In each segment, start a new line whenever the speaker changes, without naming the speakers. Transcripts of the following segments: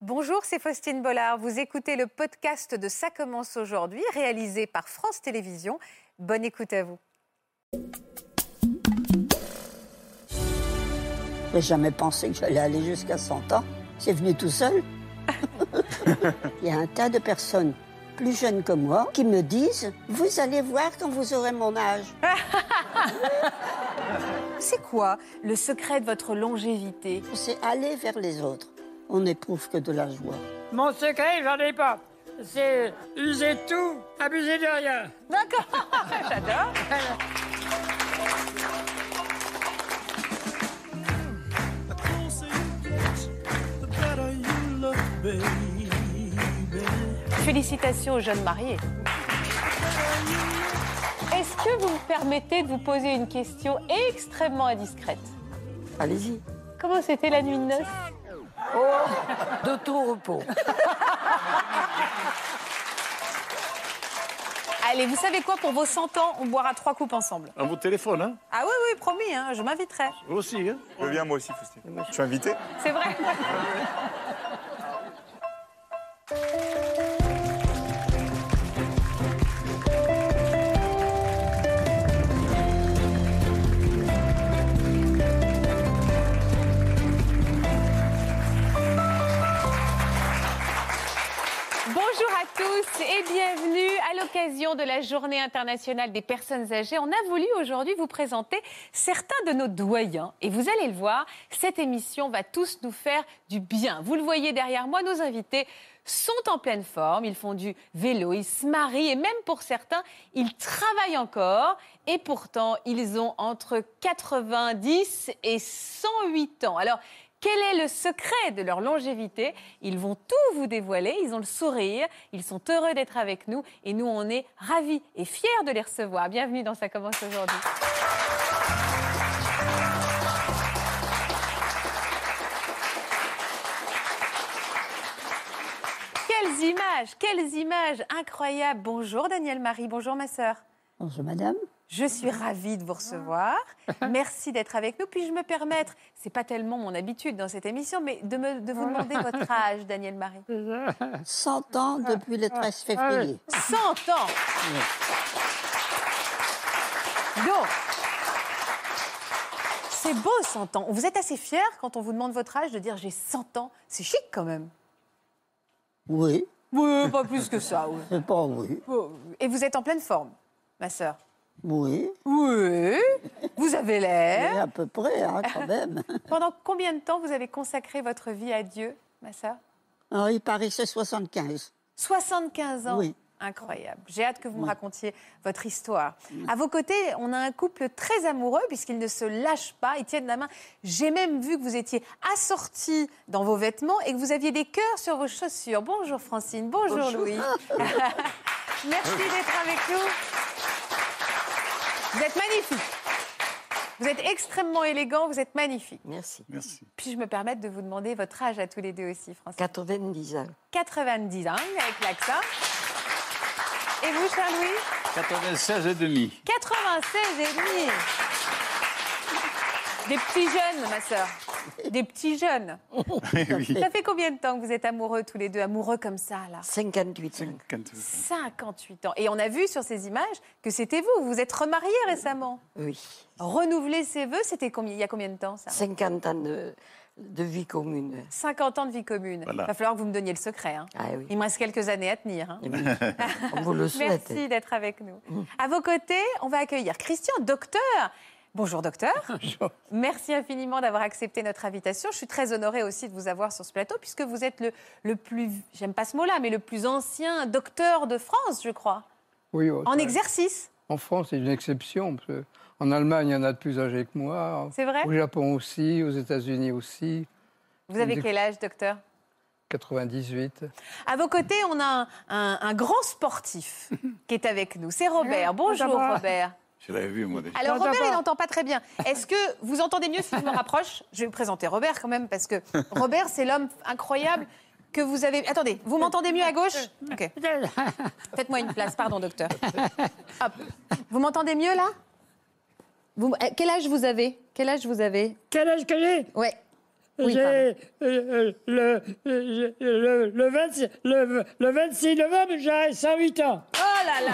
Bonjour, c'est Faustine Bollard. Vous écoutez le podcast de Ça commence aujourd'hui, réalisé par France Télévisions. Bonne écoute à vous.
J'ai jamais pensé que j'allais aller jusqu'à 100 ans. C'est venu tout seul. Il y a un tas de personnes plus jeunes que moi qui me disent Vous allez voir quand vous aurez mon âge.
C'est quoi le secret de votre longévité
C'est aller vers les autres. On n'éprouve que de la joie.
Mon secret, j'en ai pas. C'est user de tout, abuser de rien.
D'accord, j'adore. Félicitations aux jeunes mariés. Est-ce que vous me permettez de vous poser une question extrêmement indiscrète
Allez-y.
Comment c'était la nuit de noces
De tout repos.
Allez, vous savez quoi Pour vos 100 ans, on boira trois coupes ensemble.
Un bout de téléphone, hein
Ah oui, oui, promis, hein, je m'inviterai.
Vous aussi, hein
Je viens moi aussi, Faustine. Je suis invité.
C'est vrai. Bonjour à tous et bienvenue à l'occasion de la Journée internationale des personnes âgées. On a voulu aujourd'hui vous présenter certains de nos doyens et vous allez le voir, cette émission va tous nous faire du bien. Vous le voyez derrière moi, nos invités sont en pleine forme, ils font du vélo, ils se marient et même pour certains, ils travaillent encore et pourtant, ils ont entre 90 et 108 ans. Alors, quel est le secret de leur longévité Ils vont tout vous dévoiler, ils ont le sourire, ils sont heureux d'être avec nous et nous on est ravis et fiers de les recevoir. Bienvenue dans Ça commence aujourd'hui. Quelles images, quelles images incroyables. Bonjour Daniel Marie, bonjour ma sœur.
Bonjour, madame.
Je suis ravie de vous recevoir. Merci d'être avec nous. Puis-je me permettre, c'est pas tellement mon habitude dans cette émission, mais de, me- de vous demander votre âge, Daniel Marie
Ah 100 ans depuis le 13 février.
100 ans Donc, c'est beau 100 ans. Vous êtes assez fiers quand on vous demande votre âge de dire j'ai 100 ans. C'est chic quand même. Ah,
Oui,
Oui, pas plus que ça. oui.
c'est pas oui.
Et vous êtes en pleine forme, ma sœur
Oui,
Oui, vous avez
mais
l'air.
à peu près, hein, quand même.
Pendant combien de temps vous avez consacré votre vie à Dieu, ma sœur
Alors, il paraît que c'est 75.
75 ans.
Oui.
Incroyable. J'ai hâte que vous me racontiez votre histoire. À vos côtés, on a un couple très amoureux puisqu'ils ne se lâchent pas, ils tiennent la main. J'ai même vu que vous étiez assortis dans vos vêtements et que vous aviez des cœurs sur vos chaussures. Bonjour Francine, bonjour, Louis. Merci d'être avec nous. Vous êtes magnifiques. Vous êtes extrêmement élégants, vous êtes magnifiques.
Merci.
Merci.
Puis-je me permettre de vous demander votre âge à tous les deux aussi, Francine
90 ans.
90 ans avec l'accent. Et vous, Charles-Louis
96 et demi.
96 et demi. Des petits jeunes, ma sœur. Des petits jeunes.
oui.
Ça fait combien de temps que vous êtes amoureux tous les deux, amoureux comme ça, là
58 ans.
50.
58 ans. Et on a vu sur ces images que c'était vous. Vous vous êtes remariés récemment.
Oui.
Renouveler ses vœux, c'était combien- il y a combien de temps, ça
50 ans de, de vie commune.
50 ans de vie commune.
Voilà.
Il va falloir que vous me donniez le secret. hein.
Ah oui.
Il me reste quelques années à tenir. hein.
Eh oui. On vous le souhaite. Mm.
Merci d'être avec nous. À vos côtés, on va accueillir Christian, docteur. Bonjour docteur. Merci infiniment d'avoir accepté notre invitation. Je suis très honorée aussi de vous avoir sur ce plateau puisque vous êtes le, le plus, j'aime pas ce mot-là, mais le plus ancien docteur de France, je crois,
Oui, oh,
en
ça-
exercice.
en France, c'est une exception. Parce que en Allemagne, il y en a de plus âgés que moi.
C'est vrai
Au Japon aussi, aux États-Unis aussi.
Vous avez quel âge, docteur
98.
À vos côtés, on a un, un- un grand sportif qui est avec nous. C'est Robert. Bonjour Robert.
Je l'avais vu, moi, déjà.
Alors Robert, il n'entend pas très bien. Est-ce que vous entendez mieux si je me rapproche Je vais vous présenter Robert quand même parce que Robert, c'est l'homme incroyable que vous avez. Attendez, vous m'entendez mieux à gauche Ok. Faites-moi une place, pardon docteur. Hop. Vous m'entendez mieux là eh, Vous- euh, Quel âge vous avez Quel âge vous avez
Quel âge que j'ai
Ouais.
J'ai euh, euh, le, euh, le, le, 26, le, le 26 novembre, j'ai 108 ans.
Oh là là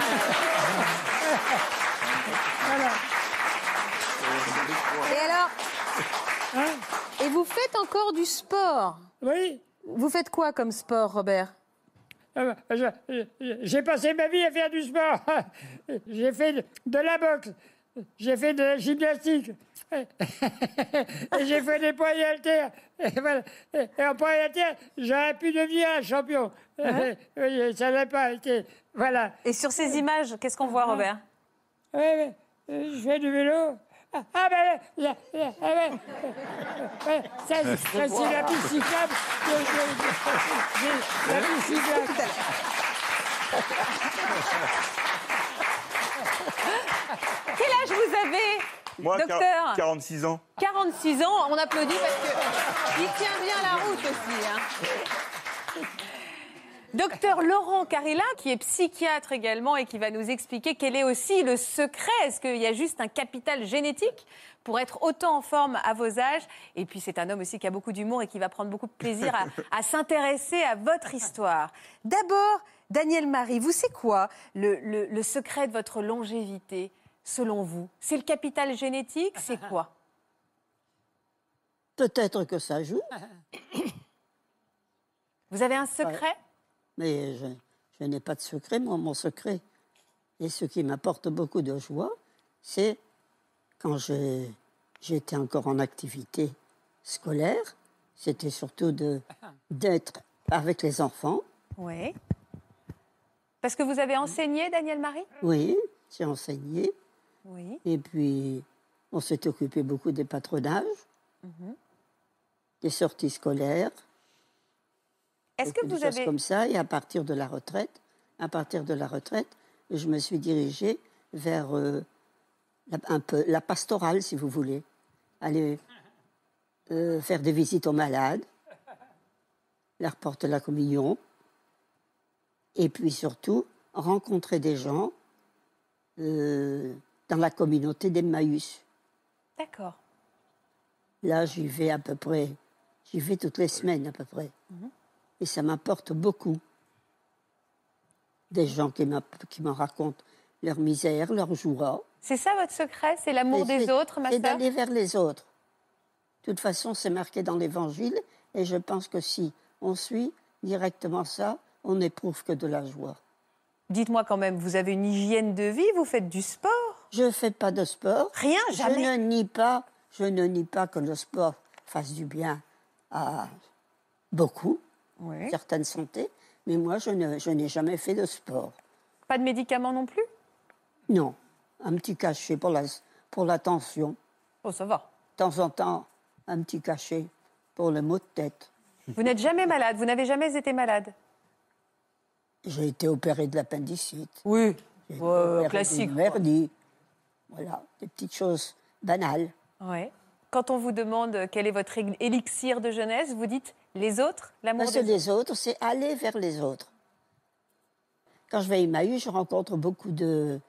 Voilà.
Et alors
Hein
Et vous faites encore du sport
Oui
Vous faites quoi comme sport, Robert
Euh, je- je- J'ai passé ma vie à faire du sport. J'ai fait de- de la boxe. J'ai fait de la gymnastique. Et j'ai fait des poids et haltères. Et, voilà. Et- et en poids et haltères, j'aurais pu devenir un champion. Oui, Ça n'a pas été. Voilà.
Hein Et sur ces images, qu'est-ce qu'on voit, Robert
Ouais, ouais, euh, je fais du vélo. Ah, ah, ben, là, là, là, ah, ben, euh, ouais, ça, c'est- ça, c'est la piste cyclable. Je- je- je- La piste cyclable.
Quel âge vous avez,
Moi, quar-
docteur
46 ans.
46 ans, on applaudit parce que il tient bien la route aussi. hein. Docteur Laurent Carilla, qui est psychiatre également et qui va nous expliquer quel est aussi le secret. Est-ce qu'il y a juste un capital génétique pour être autant en forme à vos âges Et puis c'est un homme aussi qui a beaucoup d'humour et qui va prendre beaucoup de plaisir à, à s'intéresser à votre histoire. D'abord, Daniel Marie, vous c'est quoi le- le- le secret de votre longévité selon vous C'est le capital génétique C'est quoi
Peut-être que ça joue,
Vous avez un secret
mais je, je n'ai pas de secret, moi, mon secret. Et ce qui m'apporte beaucoup de joie, c'est quand je- j'étais encore en activité scolaire, c'était surtout de- d'être avec les enfants.
Oui. Parce que vous avez enseigné, Daniel Marie
Oui, j'ai enseigné.
Oui.
Et puis, on s'est occupé beaucoup des patronages, des sorties scolaires,
Est-ce que
des
vous
choses
avez...
comme ça. Et à partir de la retraite, à partir de la retraite, je me suis dirigée vers euh, la, un peu la pastorale, si vous voulez. Aller euh, faire des visites aux malades, leur porter la communion, et puis surtout rencontrer des gens euh, dans la communauté d'Emmaüs.
D'accord.
Là, j'y vais à peu près. J'y vais toutes les semaines à peu près.
Mhm.
Et ça m'apporte beaucoup. Des gens qui m'app- qui m'en racontent leur misère, leur joie.
C'est ça votre secret C'est l'amour
Et
des
c'est-
autres, ma
C'est
sœur
d'aller vers les autres. De toute façon, c'est marqué dans l'Évangile. Et je pense que si on suit directement ça, on n'éprouve que de la joie.
Dites-moi quand même, vous avez une hygiène de vie Vous faites du sport
Je ne fais pas de sport.
Rien, jamais.
Je ne nie pas, je ne nie pas que le sport fasse du bien à beaucoup.
Oui.
certaines santé, mais moi, je, ne, je n'ai jamais fait de sport.
Pas de médicaments non plus
Non, un petit cachet pour la, pour la tension,
Oh, ça va.
de temps en temps, un petit cachet pour le maux de tête.
Vous n'êtes jamais malade, vous n'avez jamais été malade
J'ai été opéré de l'appendicite.
Oui.
J'ai été
Ouais,
opéré
classique,
d'une
quoi.
merdie. Voilà, des petites choses banales.
Oui. Quand on vous demande euh, quel est votre ég- élixir de jeunesse, vous dites les autres, l'amour
Parce que
des autres.
les autres, Ah, c'est aller vers les autres. Quand je vais à Emmaüs, je rencontre beaucoup de,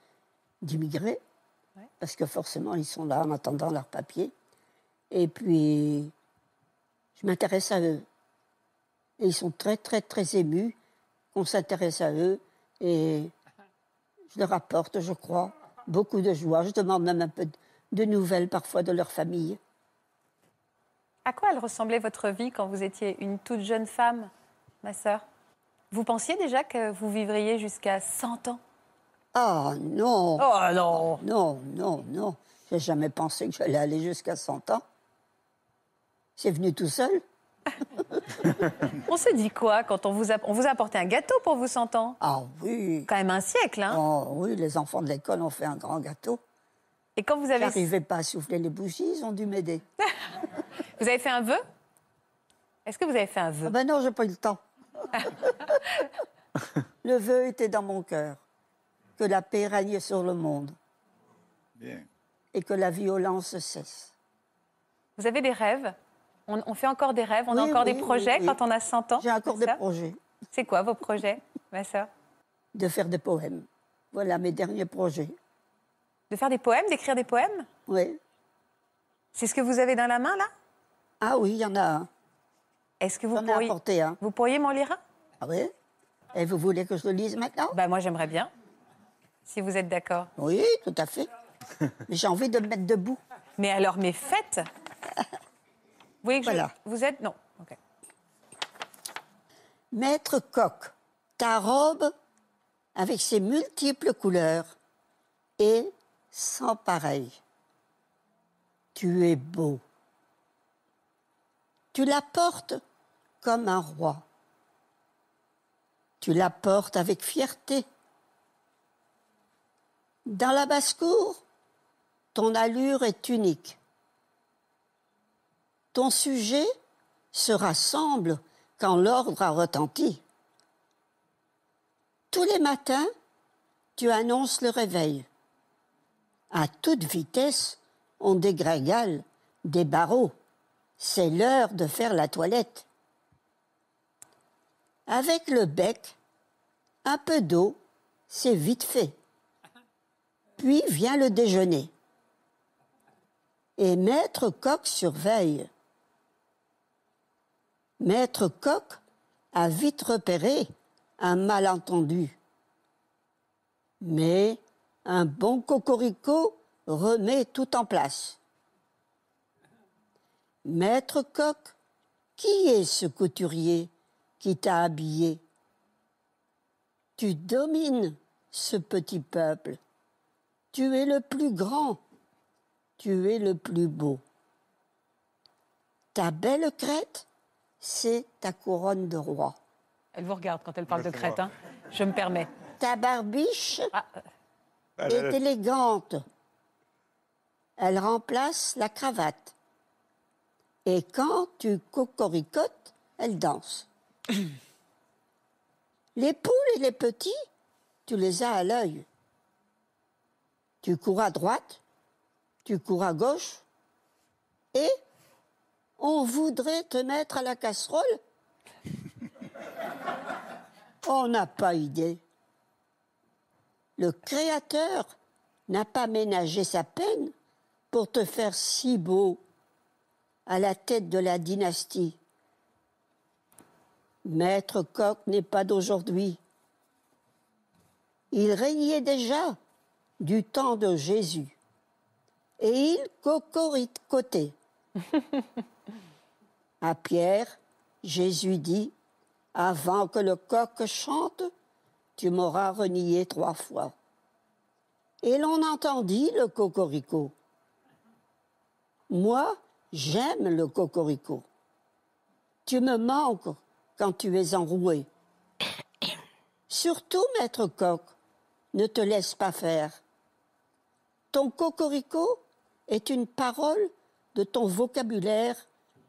d'immigrés, parce que forcément, ils sont là en attendant leurs papiers. Et puis, je m'intéresse à eux. Et ils sont très, très, très émus qu'on s'intéresse à eux. Et je leur apporte, je crois, beaucoup de joie. Je demande même un peu de- de nouvelles parfois de leur famille.
À quoi elle ressemblait votre vie quand vous étiez une toute jeune femme, ma sœur Vous pensiez déjà que vous vivriez jusqu'à 100 ans
Ah non
Oh non
Non, non, non. J'ai jamais pensé que j'allais aller jusqu'à 100 ans. C'est venu tout seul.
On se dit quoi quand on vous a, on vous a apporté un gâteau pour vos 100 ans
Ah oui.
Quand même un siècle, hein
Oh oui, les enfants de l'école ont fait un grand gâteau.
Et quand vous avez,
J'arrivais pas à souffler les bougies, ils ont dû m'aider.
vous avez fait un vœu Est-ce que vous avez fait un
Ah
vœu
ben non, j'ai pas eu le temps. le vœu était dans mon cœur. Que la paix règne sur le monde
Bien.
et que la violence cesse.
Vous avez des rêves on, on fait encore des rêves, on a
Oui,
encore
oui,
des
oui,
projets
oui.
quand on a 100 ans
J'ai encore
c'est
des
ça
projets
C'est quoi vos projets, ma sœur
de faire des poèmes. Voilà mes derniers projets.
De faire des poèmes, d'écrire des poèmes
Oui.
C'est ce que vous avez dans la main, là
Ah oui, il y en a un.
Est-ce que vous
J'en ai
pourriez,
apporté un.
vous pourriez m'en lire un
Ah oui Et vous voulez que je le lise maintenant
Bah moi j'aimerais bien, si vous êtes d'accord.
Oui, tout à fait. Mais j'ai envie de me mettre debout.
Mais alors, mais faites Vous voyez que je-
Voilà.
vous êtes non. ok.
Maître Coq, ta robe, avec ses multiples couleurs, est sans pareil. Tu es beau. Tu la portes comme un roi. Tu la portes avec fierté. Dans la basse-cour, ton allure est unique. Ton sujet se rassemble quand l'ordre a retenti. Tous les matins, tu annonces le réveil. À toute vitesse, on dégrégale des barreaux. C'est l'heure de faire la toilette. Avec le bec, un peu d'eau, c'est vite fait. Puis vient le déjeuner. Et Maître Coq surveille. Maître Coq a vite repéré un malentendu. Mais un bon cocorico remet tout en place. Maître Coq, qui est ce couturier qui t'a habillé Tu domines ce petit peuple. Tu es le plus grand. Tu es le plus beau. Ta belle crête c'est ta couronne de roi.
Elle vous regarde quand elle parle de crête, hein. je me permets.
Ta barbiche
Ah, euh,
Elle,
est
elle-
élégante. Elle remplace la cravate. Et quand tu cocoricotes, elle danse. les poules et les petits, tu les as à l'œil. Tu cours à droite, tu cours à gauche, et on voudrait te mettre à la casserole. on n'a pas idée. Le Créateur n'a pas ménagé sa peine pour te faire si beau à la tête de la dynastie. Maître Coq n'est pas d'aujourd'hui. Il régnait déjà du temps de Jésus et il cocoricotait. à Pierre, Jésus dit Avant que le coq chante, tu m'auras renié trois fois. Et l'on entendit le cocorico. Moi, j'aime le cocorico. Tu me manques quand tu es enroué. Surtout, maître coq, ne te laisse pas faire. Ton cocorico est une parole de ton vocabulaire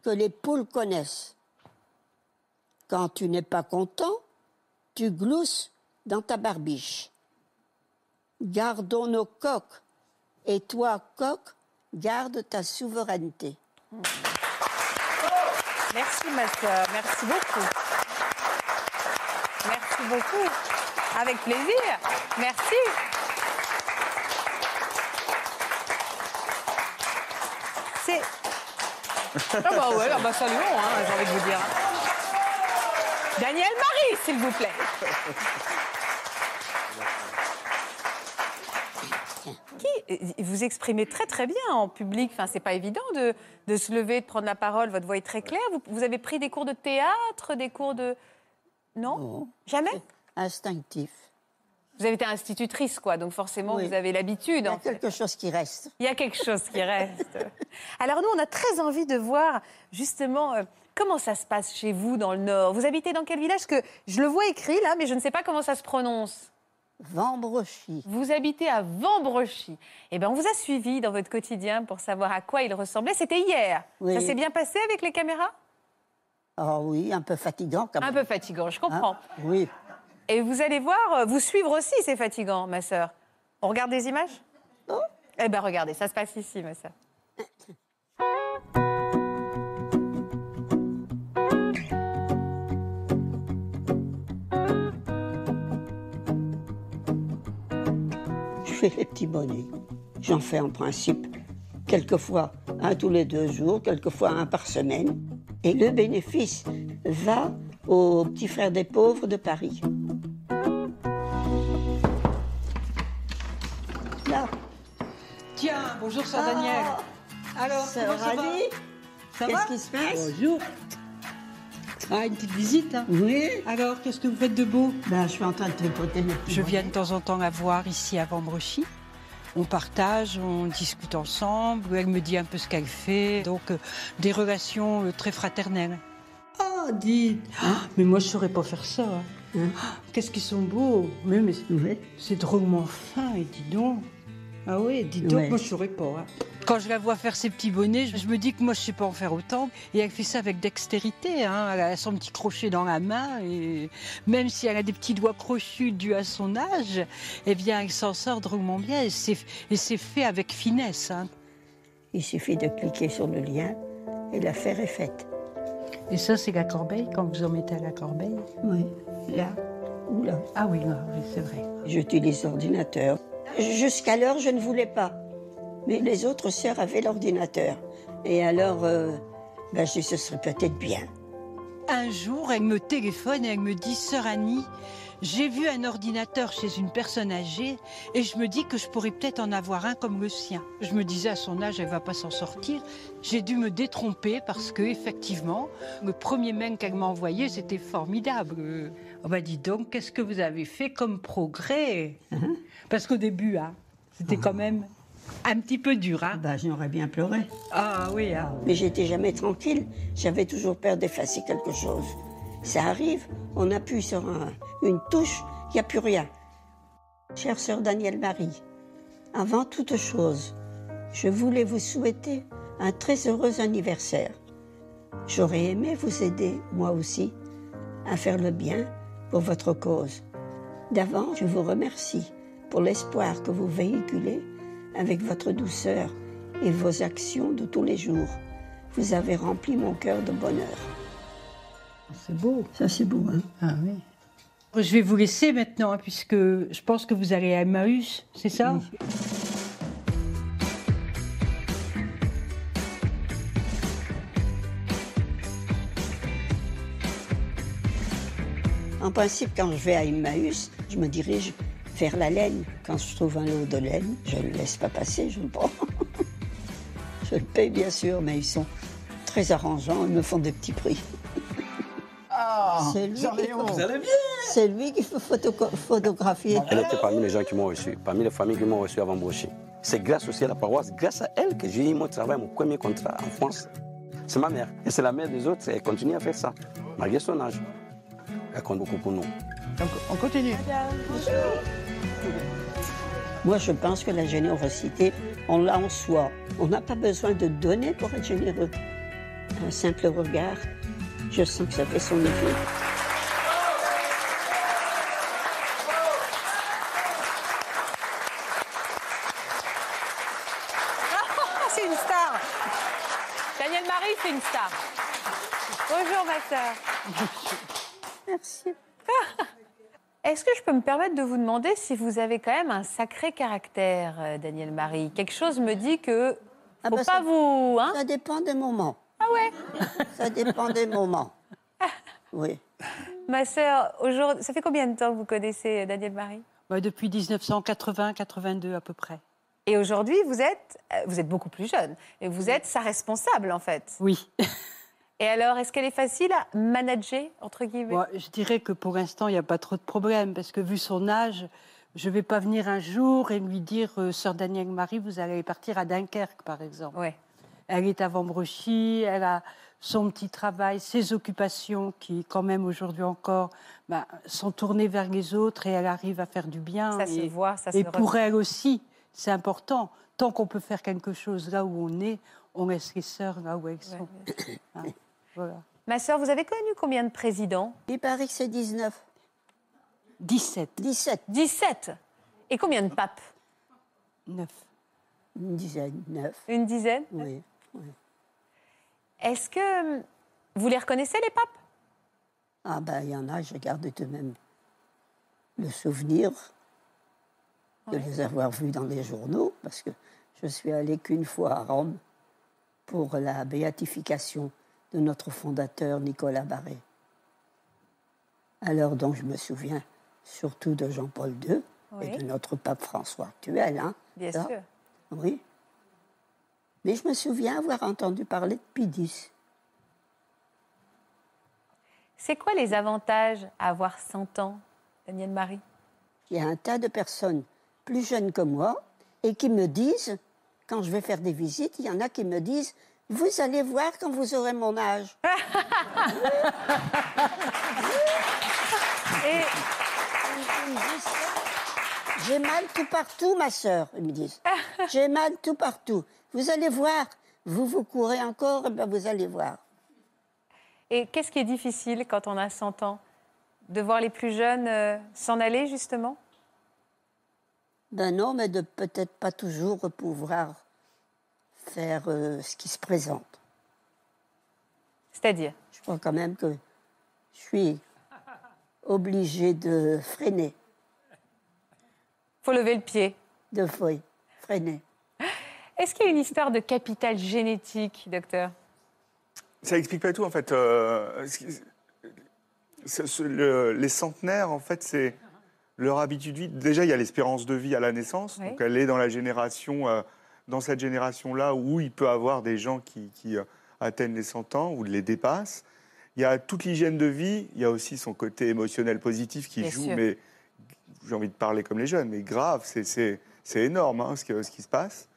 que les poules connaissent. Quand tu n'es pas content, tu glousses dans ta barbiche. Gardons nos coques, et toi, coq, garde ta souveraineté.
merci ma sœur, merci beaucoup. Merci beaucoup, avec plaisir. Merci. C'est. Ah bah ouais, ah bah ça lui va, hein, j'ai envie de vous dire. Daniel Marie, s'il vous plaît. Qui euh, vous exprimez très très bien en public. Enfin, c'est pas évident de, de se lever, de prendre la parole. Votre voix est très claire. Vous, vous avez pris des cours de théâtre, des cours de non, jamais.
Instinctif.
Vous avez été institutrice, quoi. Donc forcément,
Oui.
vous avez l'habitude.
Il y
en
a
fait.
quelque chose qui reste.
Il y a quelque chose qui reste. Alors nous, on a très envie de voir justement euh, comment ça se passe chez vous dans le Nord. Vous habitez dans quel village Que je le vois écrit là, mais je ne sais pas comment ça se prononce.
Vambrochy.
Vous habitez à Vambrochy. Eh bien, on vous a suivi dans votre quotidien pour savoir à quoi il ressemblait. C'était hier.
Oui.
Ça s'est bien passé avec les caméras
Ah oui, un peu fatigant quand
Un
même.
peu fatigant, je
hein.
comprends.
Oui.
Et vous allez voir, euh, vous suivre aussi, c'est fatigant, ma sœur. On regarde des images
Oh.
Eh bien, regardez, ça se passe ici, ma sœur.
Je fais les petits bonnets. J'en fais en principe quelquefois un tous les deux jours, quelquefois un par semaine. Et le bénéfice va aux petits frères des pauvres de Paris. Là,
Tiens, bonjour, Sœur Daniel.
Ah,
Alors,
c'est
comment ça va
ravi.
Ça va
Qu'est-ce qui se passe
Bonjour. Ah, une petite visite, hein
Oui,
Alors, qu'est-ce que vous faites de beau
ben, je suis en train de tripoter. mes petits
Je viens de
bretelles.
temps en temps la voir ici à Vambrechy. On partage, on discute ensemble, elle me dit un peu ce qu'elle fait, donc euh, des relations euh, très fraternelles. Oh, dites Ah, Mais moi, je saurais pas faire ça. hein.
Hein
Ah, Qu'est-ce qu'ils sont beaux Mais, mais c'est-
Oui.
c'est drôlement fin, et dis donc Ah oui, dis donc,
Ouais.
moi, je saurais pas. hein. Quand je la vois faire ses petits bonnets, je je me dis que moi, je sais pas en faire autant. Et elle fait ça avec dextérité, hein. elle a son petit crochet dans la main, et même si elle a des petits doigts crochus dus à son âge, eh bien, elle s'en sort drôlement bien, et c'est et c'est fait avec finesse. hein.
Il suffit de cliquer sur le lien et l'affaire est faite.
Et ça, c'est la corbeille, quand vous en mettez à la corbeille
Oui, là ou là.
Ah oui, ah oui, c'est vrai.
J'utilise l'ordinateur. Jusqu'à l'heure, je ne voulais pas. Mais les autres sœurs avaient l'ordinateur. Et alors, euh, ben, je dis, ce serait peut-être bien.
Un jour, elle me téléphone et elle me dit Sœur Annie, j'ai vu un ordinateur chez une personne âgée et je me dis que je pourrais peut-être en avoir un comme le sien. Je me disais à son âge, elle va pas s'en sortir. J'ai dû me détromper parce que effectivement, le premier mail qu'elle m'a envoyé, c'était formidable. Euh, On m'a dit donc, qu'est-ce que vous avez fait comme progrès Parce qu'au début, hein, c'était quand même un petit peu dur. hein.
Ben, j'aurais bien pleuré.
Ah oui, hein.
Mais j'étais jamais tranquille. J'avais toujours peur d'effacer quelque chose. Ça arrive, on appuie sur un- une touche, il n'y a plus rien. Chère sœur Danielle Marie, avant toute chose, je voulais vous souhaiter un très heureux anniversaire. J'aurais aimé vous aider, moi aussi, à faire le bien pour votre cause. D'avant, je vous remercie pour l'espoir que vous véhiculez avec votre douceur et vos actions de tous les jours. Vous avez rempli mon cœur de bonheur.
c'est beau.
Ça, c'est beau, hein
Ah oui. Je vais vous laisser maintenant, hein, puisque je pense que vous allez à Emmaüs, c'est ça
En principe, quand je vais à Emmaüs, je me dirige vers la laine. Quand je trouve un lot de laine, je ne le laisse pas passer, je le prends. je le paye, bien sûr, mais ils sont très arrangeants, ils me font des petits prix.
Ah,
C'est lui.
Jean-Léon, vous allez bien
C'est lui qu'il faut photoco- photographier.
Elle était parmi les gens qui m'ont reçu, parmi les familles qui m'ont reçu avant Brochet. C'est grâce aussi à la paroisse, grâce à elle que j'ai eu mon travail, mon premier contrat en France. C'est ma mère. Et c'est la mère des autres. et Elle continue à faire ça, malgré son âge. Elle compte beaucoup pour nous.
Donc, on continue.
Moi, je pense que la générosité, on l'a en soi. On n'a pas besoin de donner pour être généreux. Un simple regard, je sens que ça fait son effet.
c'est une star. Daniel Marie, c'est une star. Bonjour, ma sœur.
Merci.
Est-ce que je peux me permettre de vous demander si vous avez quand même un sacré caractère, euh, Daniel Marie Quelque chose me dit que
Ah
faut
bah,
pas
ça-
vous, hein
Ça dépend des moments. Ah ouais Ça dépend des moments. Oui.
Ma sœur, aujourd'hui, ça fait combien de temps que vous connaissez euh, Daniel Marie
Ouais, Bah, Depuis 1980-82 à peu près.
Et aujourd'hui, vous êtes, euh, vous êtes beaucoup plus jeune et vous êtes sa responsable en fait.
Oui.
Et alors, est-ce qu'elle est facile à manager entre guillemets
Moi, je dirais que pour l'instant, il n'y a pas trop de problème, parce que vu son âge, je ne vais pas venir un jour et lui dire euh, Sœur Daniel Marie, vous allez partir à Dunkerque, par exemple.
Ouais.
Elle est à Vambrochy, elle a son petit travail, ses occupations qui, quand même, aujourd'hui encore, bah, sont tournées vers les autres et elle arrive à faire du bien.
Ça se
et-
voit, ça
Et
se
pour
ressent.
elle aussi, c'est important. Tant qu'on peut faire quelque chose là où on est, on laisse les sœurs là où elles sont.
Ouais.
hein. Voilà.
Ma sœur, vous avez connu combien de présidents
Il paraît que c'est 19,
17,
17,
17. Et combien de papes
9.
une dizaine, 9.
Une dizaine
Oui.
Est-ce que hum, vous les reconnaissez, les papes
Ah ben, il y en a, je garde tout de même le souvenir de les avoir vus dans les journaux, parce que Je suis allée qu'une fois à Rome pour la béatification de notre fondateur Nicolas Barré. Alors donc je me souviens surtout de Jean-Paul II et
Oui.
de notre pape François actuel. Hein,
Bien
Ça,
sûr.
Oui. Mais je me souviens avoir entendu parler de Pidis.
C'est quoi les avantages à avoir 100 ans, Daniel Marie
Il y a un tas de personnes plus jeunes que moi et qui me disent, quand je vais faire des visites, il y en a qui me disent, vous allez voir quand vous aurez mon âge.
Et
J'ai mal tout partout, ma sœur, ils me disent. J'ai mal tout partout. Vous allez voir. Vous vous courez encore, eh ben vous allez voir.
Et qu'est-ce qui est difficile quand on a 100 ans De voir les plus jeunes euh, s'en aller, justement
Ben non, mais de peut-être pas toujours pouvoir faire euh, ce qui se présente.
C'est-à-dire
Je crois quand même que je suis obligée de freiner,
Faut lever le pied.
de fouiller, freiner.
Est-ce qu'il y a une histoire de capital génétique, docteur
Ça explique pas tout, en fait. euh, ce qui- ce- ce- le- les centenaires, en fait, c'est leur habitude de vie. Déjà, il y a l'espérance de vie à la naissance.
Oui.
Donc, elle est dans la génération, euh, dans cette génération-là où il peut avoir des gens qui, qui, euh, atteignent les 100 ans ou les dépassent. Il y a toute l'hygiène de vie. Il y a aussi son côté émotionnel positif qui
Bien
joue,
sûr.
mais j'ai envie de parler comme les jeunes, mais grave, c'est- c'est c'est énorme hein, ce, que- ce qui se passe.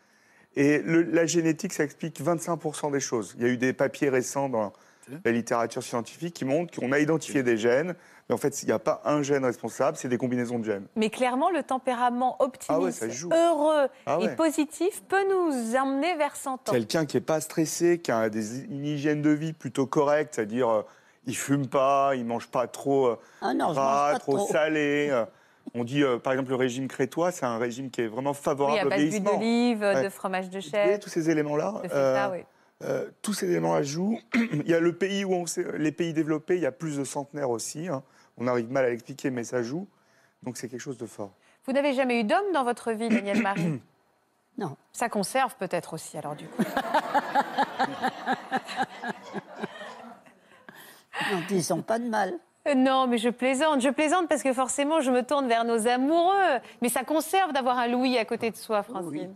Et le- la génétique, ça explique 25% des choses. Il y a eu des papiers récents dans la littérature scientifique qui montrent qu'on a identifié des gènes, mais en fait, il n'y a pas un gène responsable, c'est des combinaisons de gènes.
Mais clairement, le tempérament
Ah ouais,
optimiste,
ça joue.
heureux
Ah
et
ouais.
positif peut nous emmener vers 100 ans.
Quelqu'un qui n'est pas stressé, qui a des, une hygiène de vie plutôt correcte, c'est-à-dire euh, il fume pas, il mange pas trop euh,
Ah non, je mange
gras,
pas
trop,
trop.
salé. euh. on dit, euh, par exemple, le régime crétois, c'est un régime qui est vraiment
Oui,
favorable
à
au
base d'huile
vieillissement.
d'olive, de
Ouais.
fromage de
Vous voyez
chèvre,
tous ces éléments-là
de feta,
euh,
oui.
Euh, tous ces éléments à jouer. il y a le pays où on sait- les pays développés, il y a plus de centenaires aussi. hein. On arrive mal à l'expliquer, mais ça joue. Donc c'est quelque chose de fort.
Vous n'avez jamais eu d'homme dans votre vie, Daniel Marie
Non.
Ça conserve peut-être aussi, alors du coup.
Non, disons pas de mal.
Euh, Non, mais je plaisante. Je plaisante parce que forcément, je me tourne vers nos amoureux. Mais ça conserve d'avoir un Louis à côté de soi, Francine.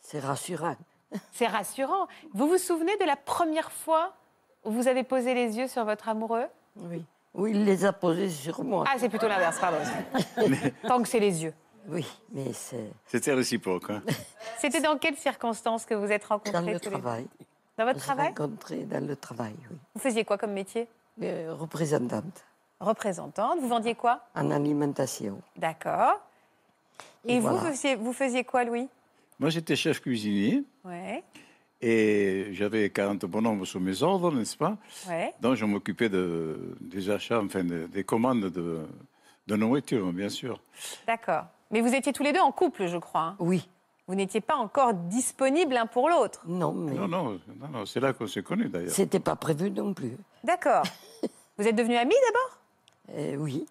C'est rassurant.
C'est rassurant. Vous vous souvenez de la première fois où vous avez posé les yeux sur votre amoureux
Oui. Oui, il les a posés sur moi.
Ah, c'est plutôt l'inverse, pardon. Tant que c'est les yeux.
Oui, mais c'est
C'était réciproque. hein.
C'était dans quelles circonstances que vous êtes rencontrés
dans le
tous les deux
travail.
Dans
On
votre
s'est
travail
rencontrés dans le travail, oui.
Vous faisiez quoi comme métier
Euh, représentante
Représentante. Vous vendiez quoi
en alimentation.
D'accord. Et,
Et
vous,
voilà.
vous faisiez, vous faisiez quoi, Louis
Moi, j'étais chef cuisinier
Ouais,
et j'avais 40 bonhommes sous mes ordres, n'est-ce pas
ouais.
Donc, je m'occupais de, des achats, enfin, de- des commandes de, de nourriture, bien sûr.
D'accord. Mais vous étiez tous les deux en couple, je crois. hein.
Oui,
Vous n'étiez pas encore disponibles l'un pour l'autre.
non, mais
Non, non, non, non, c'est là qu'on s'est connus, d'ailleurs.
c'était pas prévu non plus.
D'accord. vous êtes devenus amis d'abord
Euh, oui,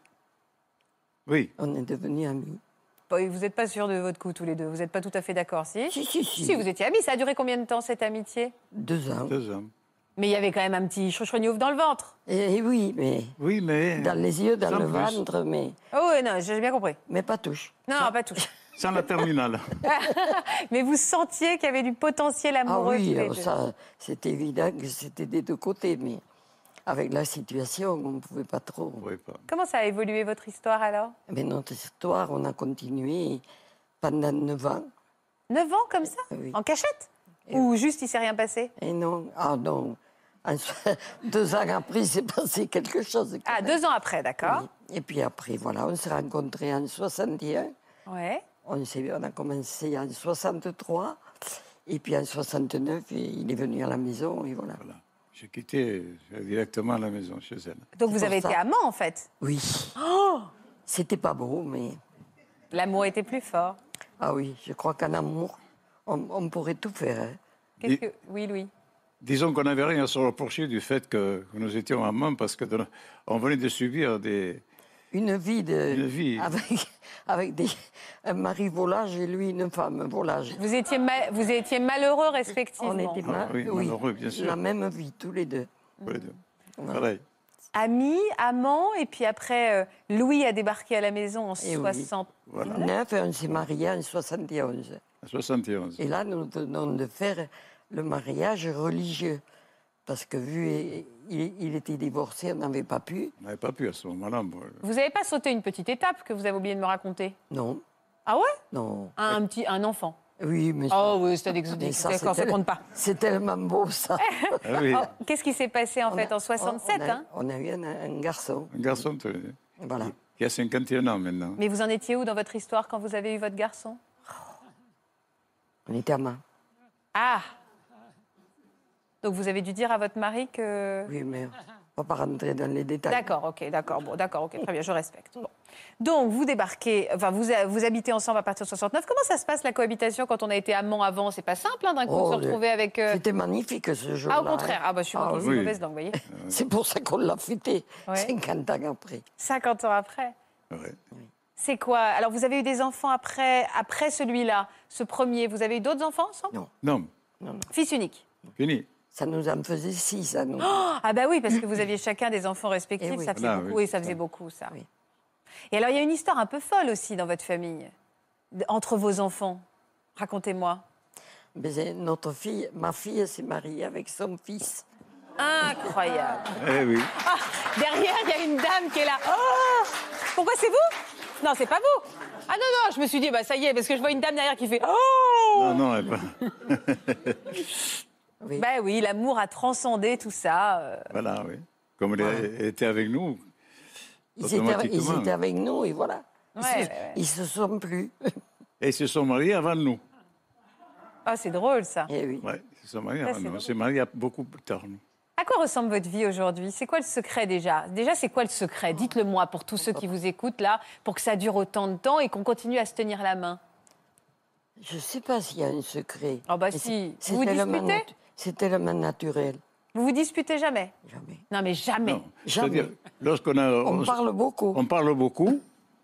Oui,
on est devenus amis.
Bah, Vous n'êtes pas sûrs de votre coup, tous les deux. Vous n'êtes pas tout à fait d'accord, si
Si, si, si.
Si, vous étiez amis. Ça a duré combien de temps, cette amitié
Deux ans.
deux ans.
Mais il y avait quand même un petit chouchouignouf dans le ventre.
Eh oui, mais
Oui, mais
dans les yeux, dans
Sans
le
plus.
ventre, mais,
Oh, ouais, non, j'ai bien compris.
mais pas touche.
Non, non, pas tout.
sans la terminale.
Mais vous sentiez qu'il y avait du potentiel
Ah
amoureux. tous
oui,
les
euh,
deux.
ça, c'est évident que c'était des deux côtés, mais avec la situation, on ne pouvait pas trop.
Oui, pas.
Comment ça a évolué votre histoire alors
Mais notre histoire, on a continué pendant neuf ans.
Neuf ans comme ça
Ah Oui.
En cachette Ou juste il s'est rien passé
Et non, ah non, En- deux ans après, c'est passé quelque chose. quand
Ah,
même.
deux ans après, d'accord.
Oui. Et puis après, voilà, on s'est rencontrés en 61.
Ouais.
On, s'est- on a commencé en 63. Et puis en 69, il est venu à la maison et voilà.
Voilà. J'ai quitté euh, directement la maison chez elle.
Donc vous
pour
avez
ça.
été amants en fait. Oh
Oui. C'était pas beau, mais.
L'amour était plus fort.
Ah oui, je crois qu'en amour, on, on pourrait tout faire. hein.
Qu'est-ce
Et-
que... Oui, Louis.
Disons qu'on n'avait rien à se reprocher du fait que, que nous étions amants parce que de- on venait de subir des,
une vie, de,
Une vie.
avec, avec des, un mari volage et lui une femme volage.
Vous étiez, ma- vous étiez malheureux respectivement.
On était mal,
Ah oui, malheureux, bien sûr.
La même vie, tous les deux.
Tous les deux. Pareil.
Ami, amant, et puis après, euh, Louis a débarqué à la maison en
Et Eh oui.
60.
Voilà.
Neuf, et on s'est mariés en 71.
À 71.
Et là, nous venons de faire le mariage religieux. Parce que vu il, il était divorcé, on n'avait pas pu.
On n'avait pas pu à ce moment-là. moi.
Vous n'avez pas sauté une petite étape que vous avez oublié de me raconter
Non,
Ah ouais
non.
un, un petit, un enfant.
Euh. Oui, mais
Oh oui, c'est des-
mais ça,
d'accord,
c'est
ça
tel-
compte pas.
C'est tellement beau, ça.
Ah oui,
Oh, Qu'est-ce qui s'est passé en
On
fait
a-
en 67
on a,
hein
on a eu un, un garçon,
un garçon tu vois,
voilà.
qui a 51 ans maintenant.
Mais vous en étiez où dans votre histoire quand vous avez eu votre garçon
On était amants.
Ah Donc vous avez dû dire à votre mari que.
Oui, mais on va pas rentrer dans les détails.
D'accord, ok, d'accord, bon, d'accord, ok, très bien, je respecte. Bon. Donc vous débarquez, enfin vous, euh, vous habitez ensemble à partir de 69. Comment ça se passe la cohabitation quand on a été amant avant C'est pas simple hein, d'un coup de
Oh,
se
le-
retrouver avec. euh,
C'était magnifique ce jour-là.
Ah, au contraire.
hein.
Ah, bah, je suis contente,
Ah
je
oui.
suis mauvaise langue, vous voyez.
C'est pour ça qu'on l'a fêté
Ouais.
50 ans après.
50 ans après.
Ouais.
C'est quoi Alors, vous avez eu des enfants après, après celui-là, ce premier. Vous avez eu d'autres enfants ensemble
Non.
Non,
Fils unique.
fini.
Ça nous en faisait 6 à nous.
Ah bah oui, parce que vous aviez chacun des enfants respectifs,
Eh oui.
ça faisait
Voilà,
beaucoup,
oui,
et ça
c'est
faisait
ça.
beaucoup, ça.
Oui.
Et alors, il y a une histoire un peu folle aussi dans votre famille, d- entre vos enfants. Racontez-moi.
Mais c'est notre fille, ma fille s'est mariée avec son fils.
Incroyable.
Eh oui.
Ah, derrière, il y a une dame qui est là. Oh Pourquoi c'est vous Non, c'est pas vous. Ah non, non, je me suis dit, bah ça y est, parce que je vois une dame derrière qui fait
Non, Ah
Oh
non, elle est pas-
Oui.
Ben oui, l'amour a transcendé tout ça. euh.
Voilà, oui. Comme elle
Ouais.
elle était avec nous.
Ils étaient,
Automatiquement.
ils étaient avec nous et voilà. Ils,
Ouais,
se,
ouais.
ils se sont plus.
Et ils se sont mariés avant nous.
Ah, c'est drôle ça.
Eh oui.
Ouais, ils se sont mariés
Ça,
avant
c'est
nous.
drôle.
On s'est mariés beaucoup plus tard. nous.
À quoi ressemble votre vie aujourd'hui C'est quoi le secret déjà Déjà, c'est quoi le secret Dites-le moi pour tous ceux qui vous écoutent là, pour que ça dure autant de temps et qu'on continue à se tenir la main.
Je ne sais pas s'il y a un secret.
Ah bah
Mais
si.
c'est-
Vous vous
c'est tellement
disputez
natu- C'est tellement naturel.
Vous vous disputez jamais
Jamais.
Non, mais jamais.
Non. C'est-à-dire, lorsqu'on a-
On
on-
parle beaucoup.
on parle beaucoup,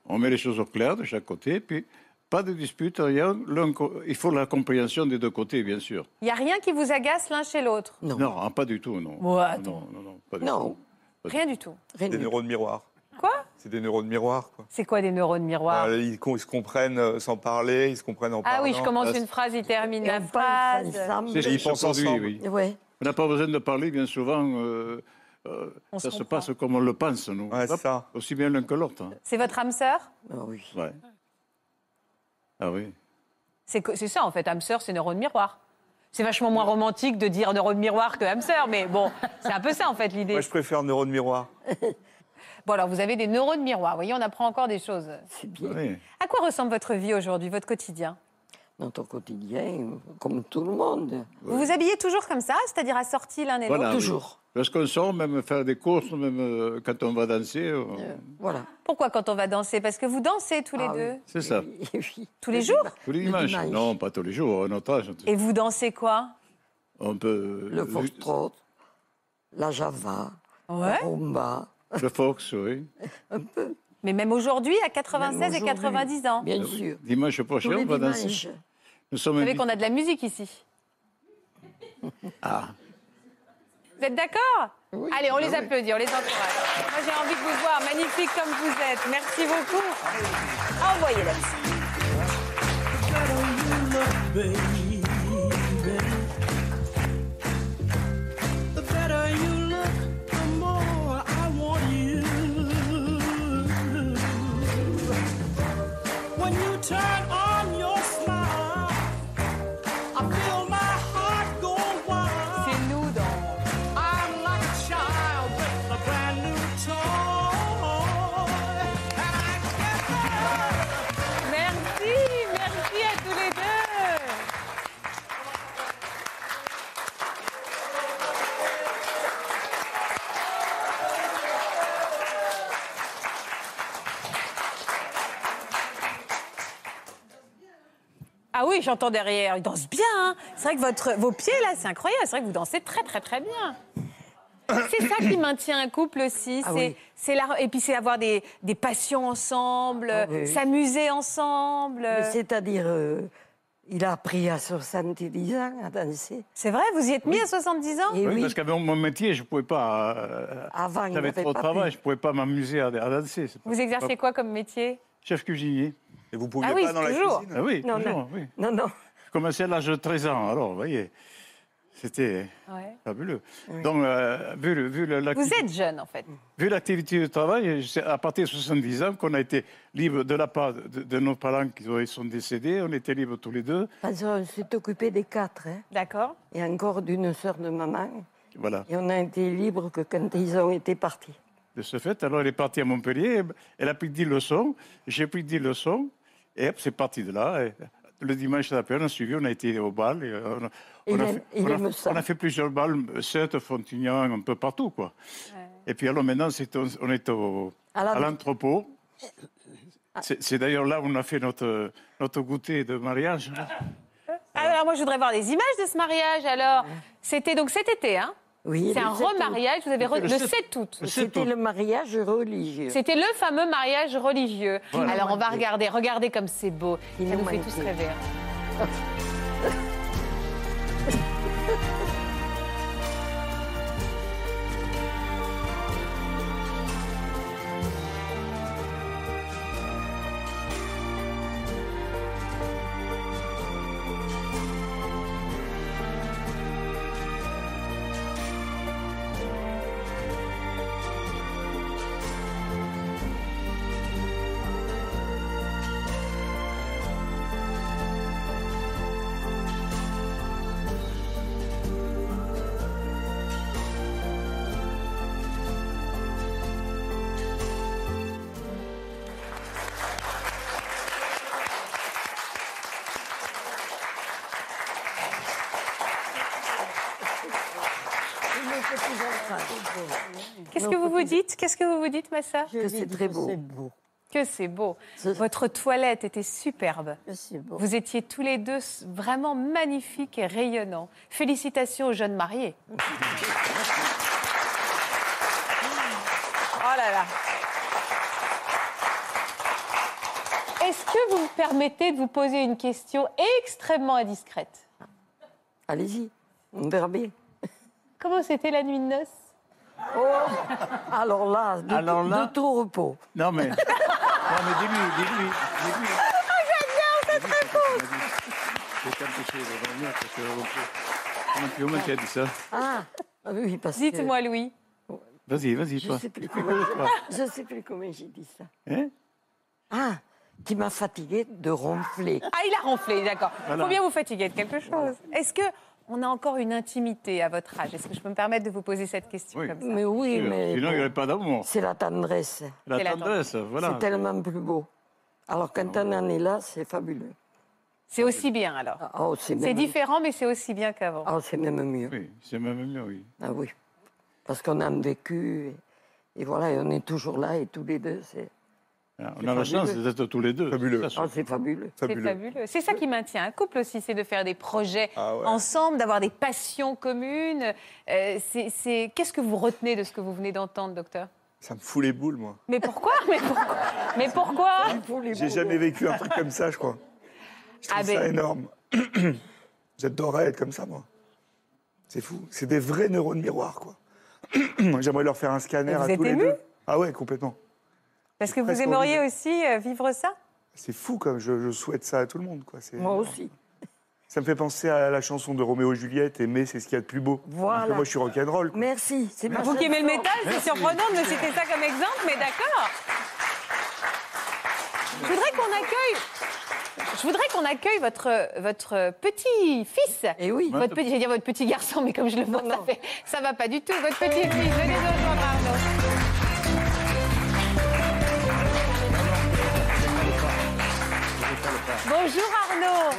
on met les choses au clair de chaque côté, puis pas de dispute. il y a l'un co- il faut la compréhension des deux côtés, bien sûr.
Il n'y a rien qui vous agace l'un chez l'autre
Non.
Non, ah, pas du tout, non.
Bon, attends.
non, non, non, pas du
Non.
tout.
Rien du tout.
Rien
Des
du tout.
neurones miroirs.
Quoi
C'est des neurones miroirs, quoi.
C'est quoi des neurones miroirs
Voilà, ils, con- ils se comprennent euh, sans parler, ils se comprennent en
Ah
parlant.
oui, je commence
Là,
une phrase, il termine
Et
la
on parle
phrase.
ensemble.
C'est ce
Mais
qui
ils
se
pensent
produit,
ensemble.
oui.
Ouais.
On n'a pas besoin de parler, bien souvent. euh, euh,
On
ça
se
se
comprend.
passe comme on le pense, nous.
Ouais, c'est ça.
Aussi bien l'un que l'autre. hein.
C'est votre âme sœur
Ah oui.
Ouais. Ah oui.
C'est que- c'est ça, en fait, âme sœur, c'est neurone miroir. C'est vachement moins romantique de dire neurone miroir que âme sœur, mais bon, c'est un peu ça, en fait, l'idée.
Moi, je préfère neurones miroirs.
Bon, alors, vous avez des neurones miroirs, vous voyez, on apprend encore des choses.
C'est bien.
Ah oui.
À quoi ressemble votre vie aujourd'hui, votre quotidien
Notre quotidien, comme tout le monde.
Vous vous habillez toujours comme ça, c'est-à-dire assortis l'un et l'autre
Voilà, oui.
Toujours.
Lorsqu'on sort, même faire des courses, même euh, quand on va danser, on-
Euh, voilà.
Pourquoi quand on va danser Parce que vous dansez tous les
Ah oui.
deux.
c'est ça.
Et oui.
Tous les jours
Tous les
Le
dimanches.
dimanche.
Non, pas tous les jours, à notre âge.
Et vous dansez quoi
On peut.
Le foxtrot, la java,
Ouais.
la rumba.
Le fox, oui.
Mais même aujourd'hui, à
Même
96 et
aujourd'hui,
90 ans.
Ah
Bien sûr.
Dimanche prochain,
Tous les
on va danser.
dimanches.
Nous sommes
Vous savez
invités.
qu'on a de la musique ici.
Ah.
Vous êtes d'accord Allez, on les
Ah
applaudit, on les encourage. Moi, j'ai envie de vous voir, magnifique comme vous êtes. Merci beaucoup. Ah, Envoyez-les.
The better you look, the more I want you. When you turn on your smile, I feel my heart go wild.
C'est nous dans.
I'm like a child with a brand new toy. And I can't
Merci, merci à tous les deux. Ah oui, j'entends derrière. Ils dansent bien. hein. C'est vrai que votre, vos pieds, là, c'est incroyable. C'est vrai que vous dansez très, très, très bien. C'est ça qui maintient un couple aussi.
Ah
c'est,
oui.
c'est la- et puis c'est avoir des, des passions ensemble,
Ah oui.
s'amuser ensemble.
Mais C'est-à-dire, euh, il a appris à 70 ans à danser.
C'est vrai, vous y êtes mis à 70 ans
Oui, parce qu'avec mon métier, je ne pouvais pas. euh,
Avant, il
J'avais
n'avait
trop de
pas
travail,
pu.
je ne pouvais pas m'amuser à, à danser. c'est pas-
Vous exercez
pas-
quoi comme métier
Chef cuisinier.
Et vous
pouviez Ah oui, pas dans la toujours. cuisine
Ah oui,
Non,
toujours,
non.
oui.
Non, non.
Je commençais à l'âge de 13 ans, alors, vous voyez, c'était
Ouais.
fabuleux. Donc, euh, vu, le- vu le-
Vous
l'acti-
êtes jeune en fait.
Mm.
vu l'activité de travail, c'est à partir de 70 ans qu'on a été libre de la part de, de nos parents qui ont- ils sont décédés, on était libres tous les deux.
Parce qu'on s'est occupé des quatre, hein,
D'accord
et encore d'une sœur de maman.
Voilà.
Et on a été libres que quand ils ont été partis.
De ce fait, alors elle est partie à Montpellier, elle a pris 10 leçons, j'ai pris 10 leçons, et hop, c'est parti de là. Et le dimanche d'après, on a suivi, on a été au bal, et on, a-
Il
on a,
aime-
fait,
il
on a-
aime ça.
on a fait plusieurs balles, Sète, Fontignan, un peu partout, quoi. Et puis alors maintenant, c'est- on, on est au,
À
à
la- Ah.
l'entrepôt. C'est c'est d'ailleurs là où on a fait notre, notre goûter de mariage.
Ah, Alors moi je voudrais voir les images de ce mariage alors. C'était donc cet été, hein
Oui,
C'est
le
un
sept août.
remariage, vous avez re- le
C'était le
7 août.
C'était le mariage religieux.
C'était le fameux mariage religieux.
Voilà.
Alors on va regarder, regardez comme c'est beau.
Il
Ça
nous
nous fait
manquait.
tous rêver. hein. Qu'est-ce que vous vous dites Qu'est-ce que vous vous dites, ma sœur
Je
Que
lui
c'est
dis
très
que
beau.
C'est beau.
Que c'est beau.
Ce-
Votre toilette était superbe.
que C'est beau.
Vous étiez tous les deux s- vraiment magnifiques et rayonnants. Félicitations aux jeunes mariés. Oh là là. Est-ce que vous me permettez de vous poser une question extrêmement indiscrète
Allez-y, on verra bien.
Comment c'était la nuit de noces
Oh, Alors là, de,
Ah, Alors là-
de tout repos.
Non, mais. non, mais dis-lui, dis-lui, dis-lui.
Ah,
Dis-lui ce que tu m'as dit. J'ai t'empêché de revenir parce que. Comment tu veux moi qui a dit ça
Ah, ah oui, parce que-
Dites-moi, Louis.
Vas-y, vas-y,
Je
toi.
sais plus comment. Je sais plus comment j'ai dit ça.
Hein
Ah, qui m'a fatiguée de ronfler.
Ah, il a ronflé, d'accord.
Ah
Voilà.
Faut bien vous fatiguer de quelque chose. Est-ce que on a encore une intimité à votre âge Est-ce que je peux me permettre de vous poser cette question
Oui.
comme ça
Mais oui, mais
Sinon, il n'y
bon,
aurait pas d'amour.
c'est la tendresse.
La
C'est la
tendresse, voilà. Ah
C'est tellement plus beau. Alors quand on en est là, c'est fabuleux.
C'est aussi bien alors.
Ah, Oh, c'est
C'est
même...
différent, mais c'est aussi bien qu'avant.
Ah, c'est même mieux.
Oui, c'est même mieux, oui.
Ah oui, parce qu'on a vécu et, et voilà, et on est toujours là et tous les deux, c'est
Voilà, Ah, On
C'est
a la
fabuleux.
chance d'être tous les deux.
Fabuleux.
Ça, c'est-
oh, c'est fabuleux.
C'est
Fabuleux.
fabuleux. C'est ça qui maintient un couple aussi, c'est de faire des projets
Ah ouais.
ensemble, d'avoir des passions communes. Euh, c'est- c'est- Qu'est-ce que vous retenez de ce que vous venez d'entendre, docteur
Ça me fout les boules, moi.
Mais pourquoi Mais pourquoi Mais pourquoi
J'ai jamais vécu un truc comme ça, je crois. Je trouve
Ah
ça
ben.
énorme. J'adorerais être comme ça, moi. C'est fou. C'est des vrais neurones miroirs, quoi. J'aimerais leur faire un scanner
Et vous
à
êtes
tous les
ému
deux. Ah ouais, complètement.
Parce que vous
presque
aimeriez
horrible.
aussi euh, vivre ça
C'est fou, comme je, je souhaite ça à tout le monde, quoi. C'est
Moi
énorme.
aussi.
Ça me fait penser à la chanson de Roméo et Juliette, aimer, c'est ce qu'il y a de plus beau.
Voilà.
Parce que Moi, je suis rock'n'roll. quoi.
Merci. C'est ma
Vous
seule
qui aimez le
force.
métal, c'est surprenant de me citer ça comme exemple, mais d'accord. Je voudrais qu'on accueille. Je voudrais qu'on accueille votre, votre petit-fils.
Eh oui.
Votre petit, j'allais dire votre petit garçon, mais comme je le vois, ça, fait, ça va pas du tout. Votre petit-fils, venez nous rejoindre, Arnaud. Bonjour Arnaud.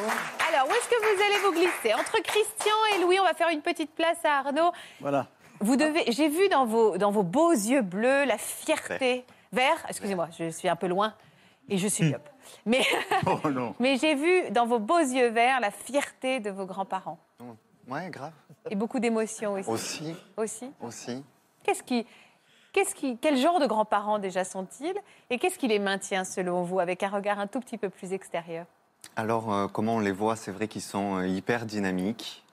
Alors, où est-ce que vous allez vous glisser Entre Christian et Louis, on va faire une petite place à Arnaud.
Voilà.
Vous devez, j'ai vu dans vos, dans vos beaux yeux bleus la fierté. Vert, excusez-moi, je suis un peu loin et je
Hmm.
suis myope. Mais,
Oh non.
mais j'ai vu dans vos beaux yeux verts la fierté
Mmh.
de vos grands-parents.
Ouais, grave.
Et beaucoup d'émotions aussi.
Aussi,
Aussi.
aussi.
Qu'est-ce qui, qu'est-ce qui, quel genre de grands-parents déjà sont-ils Et qu'est-ce qui les maintient, selon vous, avec un regard un tout petit peu plus extérieur
Alors, euh, comment on les voit C'est vrai qu'ils sont euh, hyper dynamiques.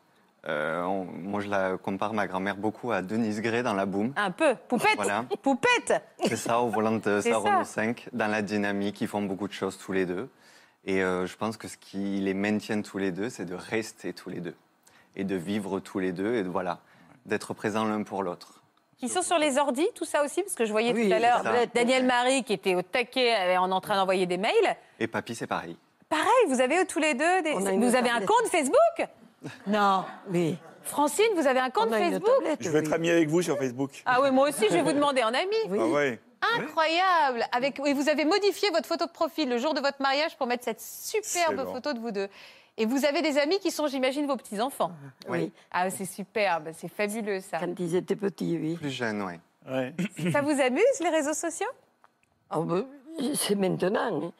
Euh, on- moi, je la compare, ma grand-mère, beaucoup à Denise Gray dans La Boom.
Un peu. Poupette
Voilà.
Poupette
C'est ça, au volant de
C'est
sa Renault
ça.
5, dans la dynamique, ils font beaucoup de choses tous les deux. Et euh, je pense que ce qui les maintient tous les deux, c'est de rester tous les deux. Et de vivre tous les deux, et de- voilà, d'être présents l'un pour l'autre.
Ils sont sur les ordis, tout ça aussi, parce que je voyais
Oui,
tout à l'heure
les tablettes.
Daniel Marie qui était au taquet euh, en en train d'envoyer des mails.
Et papy, c'est pareil.
Pareil, vous avez eux tous les deux des...
On a une
Vous avez un
tablette.
compte Facebook Non.
Oui.
Francine, vous avez un compte Facebook
Je vais être ami avec vous sur Facebook.
Ah oui, moi aussi, je vais vous demander en ami.
Ah ouais.
Incroyable Avec... Et vous avez modifié votre photo de profil le jour de votre mariage pour mettre cette superbe
Excellent.
photo de vous deux. Et vous avez des amis qui sont, j'imagine, vos petits-enfants.
Oui.
Ah, c'est superbe, c'est fabuleux ça.
Quand ils étaient petits, oui.
Plus jeunes, oui.
Ça vous amuse, les réseaux sociaux
Ah ben, c'est maintenant. hein.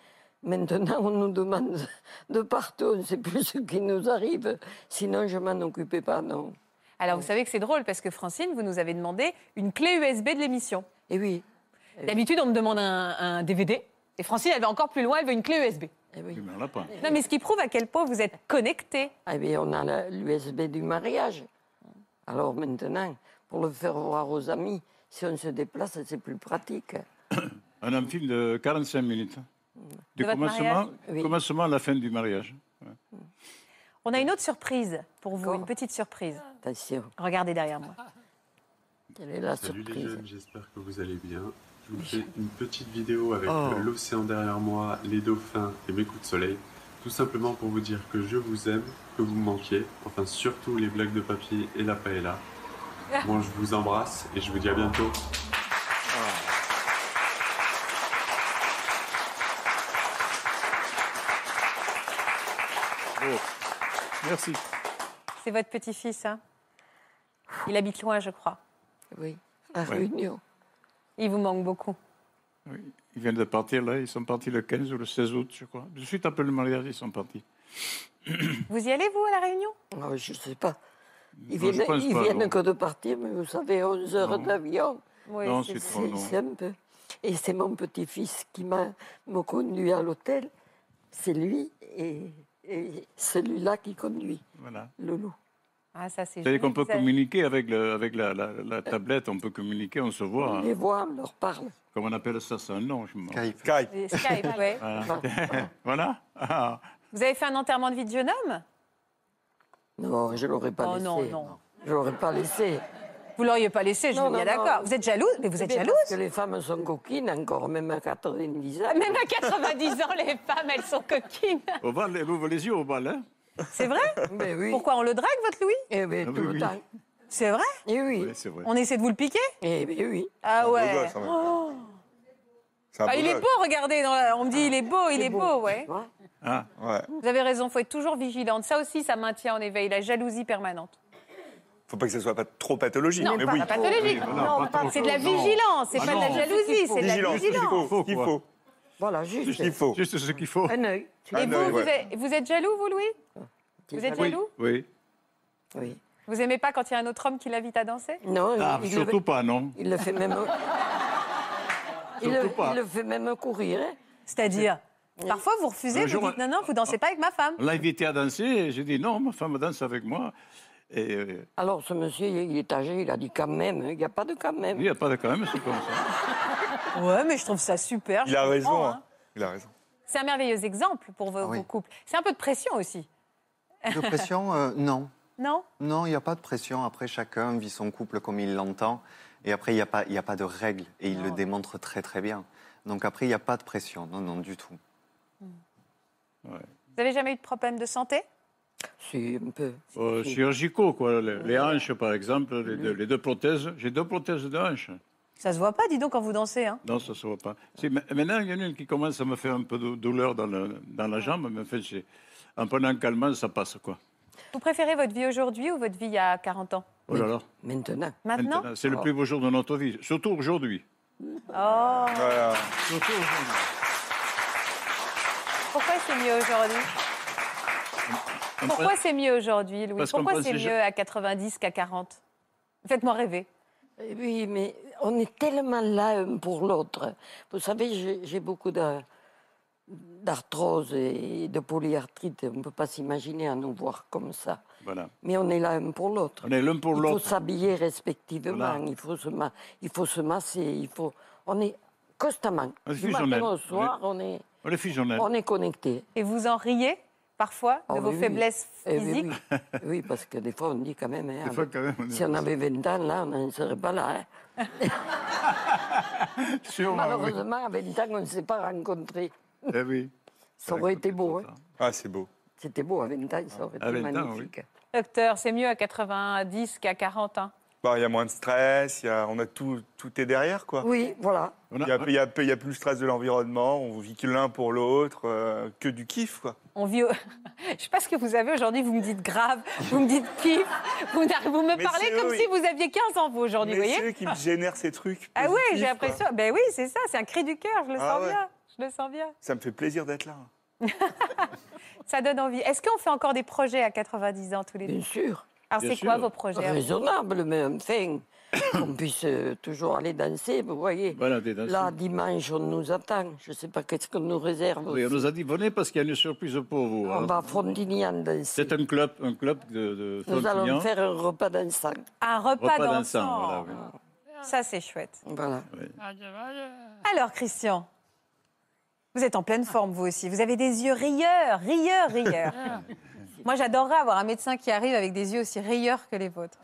Maintenant, on nous demande de partout. On ne sait plus ce qui nous arrive. Sinon, je m'en occupais pas, non.
Oh. Alors, vous savez que c'est drôle parce que Francine, vous nous avez demandé une clé USB de l'émission.
Et Eh oui.
D'habitude, on me demande un, un DVD. Et Francine, elle va encore plus loin, elle veut une clé USB. Non, mais ce qui prouve à quel point vous êtes connecté.
Eh bien, on a la- l'USB du mariage. Alors maintenant, pour le faire voir aux amis, si on se déplace, c'est plus pratique.
On a un film de 45 minutes. Du
De votre
commencement,
mariage Oui.
commencement à la fin du mariage.
On a une autre surprise pour vous, une petite surprise.
Attention.
Regardez derrière moi.
Quelle est la
Salut les
surprise
jeunes, j'espère que vous allez bien. Je vous fais une petite vidéo avec
Oh.
euh, l'océan derrière moi, les dauphins et mes coups de soleil. Tout simplement pour vous dire que je vous aime, que vous me manquiez. Enfin, surtout les blagues de papier et la paella. Moi, je vous embrasse et je vous dis à bientôt.
Merci.
C'est votre petit-fils, hein Il habite loin, je crois.
Oui, à
Ouais. Réunion.
Il vous manque beaucoup.
Ils viennent de partir, là. Ils sont partis le 15 ou le 16 août, je crois. De suite après le mariage, ils sont partis.
Vous y allez, vous, à la réunion
Ah, Je ne sais pas. Ils
Non, je
viennent,
pense
ils
pas,
viennent
non.
que de partir, mais vous savez, 11 heures
Non.
d'avion.
Oui, Non, c'est- c'est trop long.
c'est un peu. Et c'est mon petit-fils qui m'a m'a conduit à l'hôtel. C'est lui et, et celui-là qui conduit,
Voilà.
le loup.
Ah, ça, c'est
C'est-à-dire qu'on peut communiquer avec, le- avec la, la- la tablette, on peut communiquer, on se voit.
On les voit, on leur parle.
Comment on appelle ça C'est un nom, je me
Skype.
Et Skype, ouais.
Voilà. Voilà. Ah.
Vous avez fait un enterrement de vie de jeune homme
Non, je ne l'aurais pas
Oh
laissé.
non, non.
Je ne l'aurais pas laissé.
Vous l'auriez pas laissé, je
Non,
suis bien
non, non.
d'accord. Vous êtes jalouse Mais vous êtes
Eh bien,
jalouse
Parce que les femmes sont coquines encore, même à 90 ans.
Même à 90 ans, les femmes, elles sont coquines.
Au bal, elle ouvre les yeux au bal, hein
C'est vrai
Mais oui.
Pourquoi on le drague, votre Louis
Eh bien,
Ah oui, tout le oui. temps.
C'est vrai
Eh oui.
c'est vrai.
On essaie de vous le piquer
Eh bien, oui.
Ah
beau
ouais.
gosse, en même
Oh.
C'est un
Ah,
beau
il est
gosse.
beau, regardez. dans la- On me dit, il est beau, il est beau, ouais.
Ah.
Ouais.
Vous avez raison, faut être toujours vigilante. Ça aussi, ça maintient en éveil la jalousie permanente.
Faut pas que ce soit pas trop pathologique.
Non,
mais
pas
oui. Oui,
pathologique. Non,
voilà,
pas-
trop.
c'est de la
Non.
vigilance, c'est
Ah
pas de la
non.
jalousie, c'est de la
Vigilance, ce qu'il
vigilance.
faut, ce qu'il
Quoi.
faut.
Voilà, juste.
Ce qu'il faut.
Juste ce qu'il faut.
Un œil.
Ah
Et vous, vous, êtes, vous êtes jaloux, vous, Louis
Ah.
Vous êtes jaloux
Ah Oui.
Oui.
Vous aimez pas quand il y a un autre homme qui l'invite à danser
Non,
Ah,
il
surtout
le-
pas, non
Il le fait même. il,
Surtout
le,
pas.
il le fait même courir. hein.
C'est-à-dire Parfois, vous refusez,
Un
vous
jour,
dites non, non, vous dansez pas avec ma femme.
On l'a invité à danser, et j'ai dit non, ma femme danse avec moi. Et euh,
Alors, ce monsieur, il est âgé, il a dit quand même. hein, Il n'y a pas de quand même.
il n'y a pas de quand même, c'est comme ça.
Ouais, mais je trouve ça super.
Il
je
a
comprends,
raison.
hein.
hein. Il a raison.
C'est un merveilleux exemple pour
Ah
vos,
oui.
vos couples. C'est un peu de pression aussi,
De pression, euh, non.
non
Non, il n'y a pas de pression. Après, chacun vit son couple comme il l'entend. Et après, il n'y a, pas- il y a pas de règles. Et il le démontre très, très bien. Donc après, il n'y a pas de pression. Non, non, du tout.
Vous avez jamais eu de problème de santé
Si, un peu.
Euh, chirurgicaux, quoi. Les, les hanches, par exemple, les,
Mm-hmm.
deux- les deux prothèses. J'ai deux prothèses de hanches.
Ça se voit pas, dis donc, quand vous dansez. Hein.
Non, ça ne se voit pas. Si, ma- maintenant, il y en a une qui commence à me faire un peu de douleur dans, le- dans la jambe, mais en fait, j'ai- en prenant un calmant, ça passe, quoi.
Vous préférez votre vie aujourd'hui ou votre vie il y a 40 ans
Oh là là.
Maintenant. Ah.
Maintenant
C'est le plus beau jour de notre vie, surtout aujourd'hui.
Oh
Surtout aujourd'hui.
Pourquoi c'est mieux aujourd'hui
On
Pourquoi
prend-
c'est mieux aujourd'hui, Louis
Parce qu'on
Pourquoi
prend
c'est
ces
mieux
jeux-
à 90 qu'à 40 Faites-moi rêver.
Eh Oui, mais on est tellement là un pour l'autre. Vous savez, j'ai- j'ai beaucoup d'a- d'arthrose et de polyarthrite. On ne peut pas s'imaginer à nous voir comme ça.
Voilà.
Mais on est là un pour l'autre.
On est l'un pour
Il
l'autre.
faut s'habiller respectivement,
Voilà.
il, faut se ma- il faut se masser, il faut... On est constamment.
On est
Du matin
fusionnel.
au soir, on est,
On est fusionnel.
on est connecté.
Et vous en riez parfois de
Ah
vos
oui, oui.
faiblesses
Eh oui,
physiques
oui. Oui, parce que des fois, on dit quand même, hein,
Des fois, quand même, on est
si on
pas
avait 20 ans, là, on n'en serait pas là. hein.
Sûrement,
Malheureusement, à 20 ans, on ne s'est pas rencontrés.
Eh oui.
Ça aurait été beau. hein.
Ah, c'est beau.
C'était beau à 20 ans, ça aurait
À
Ah,
été
20 ans,
magnifique.
Docteur, c'est mieux à 90 qu'à hein. 40 ans.
Bah, Il y a moins de stress, il y a, on a tout, tout est derrière, quoi.
Oui, voilà.
Il n'y a, il y a- il y a plus le stress de l'environnement, on vit que l'un pour l'autre, euh, que du kiff, quoi.
On vit. au- Je sais pas ce que vous avez aujourd'hui. Vous me dites grave, vous me dites kiff, vous, n'arri- vous me
Mais
parlez
c'est eux,
comme
oui.
si vous aviez 15 ans vous aujourd'hui,
Mais
vous
c'est eux
voyez
qui me génèrent ces trucs.
Ah ouais,
positifs,
j'ai l'impression.
quoi.
Ben oui, c'est ça, c'est un cri du cœur. Je le
Ah
sens
ouais.
bien. Je le sens bien.
Ça me fait plaisir d'être là.
Ça donne envie. Est-ce qu'on fait encore des projets à 90 ans tous les deux
Bien sûr.
Alors Ah, c'est quoi vos projets hein à vous
Raisonnable, mais enfin, qu'on puisse euh, toujours aller danser, vous voyez.
Voilà, des danseurs.
Là, dimanche, on nous attend. Je ne sais pas qu'est-ce qu'on nous réserve.
Oui, on nous a dit venez parce qu'il y a une surprise pour vous.
On
hein.
va à Ah, bah, Frontignan danser.
C'est un club, un club de, de
Nous allons
Frontignan.
faire un repas dansant.
Un repas,
Repas
dansant.
dansant, voilà, oui.
Ça c'est chouette.
Voilà.
Alors Christian, vous êtes en pleine forme vous aussi. Vous avez des yeux rieurs, rieurs, rieurs.
Ah.
Moi j'adorerais avoir un médecin qui arrive avec des yeux aussi rieurs que les vôtres.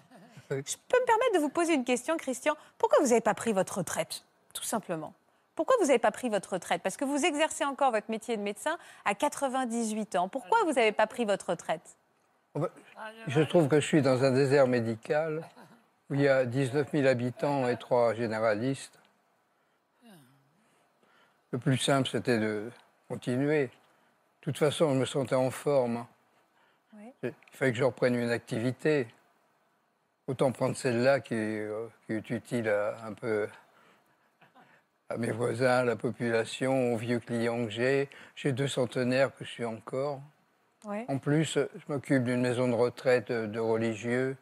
Je peux me permettre de vous poser une question, Christian. Pourquoi vous n'avez pas pris votre retraite Tout simplement. Pourquoi vous n'avez pas pris votre retraite Parce que vous exercez encore votre métier de médecin à 98 ans. Pourquoi vous n'avez pas pris votre retraite
Je trouve que je suis dans un désert médical où il y a 19 000 habitants et trois généralistes. Le plus simple, c'était de continuer. De toute façon, je me sentais en forme. Il fallait que je reprenne une activité. Autant prendre celle-là qui, est, euh, qui est utile à, un peu à mes voisins, à la population, aux vieux clients que j'ai. J'ai deux centenaires que je suis encore.
Ouais.
En plus, euh, je m'occupe d'une maison de retraite euh, de religieux.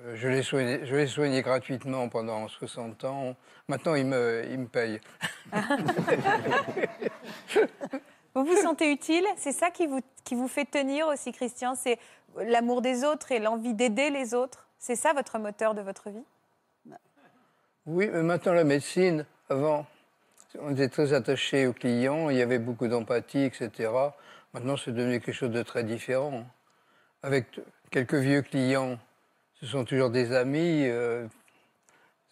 Euh, Je l'ai soigné, je l'ai soigné gratuitement pendant 60 ans. Maintenant, il me, il me paye.
Vous vous sentez utile C'est ça qui vous, qui vous fait tenir aussi, Christian C'est l'amour des autres et l'envie d'aider les autres C'est ça votre moteur de votre vie
Oui, mais maintenant, la médecine, avant, on était très attachés aux clients, il y avait beaucoup d'empathie, etc. Maintenant, c'est devenu quelque chose de très différent. Avec t- quelques vieux clients, ce sont toujours des amis. euh,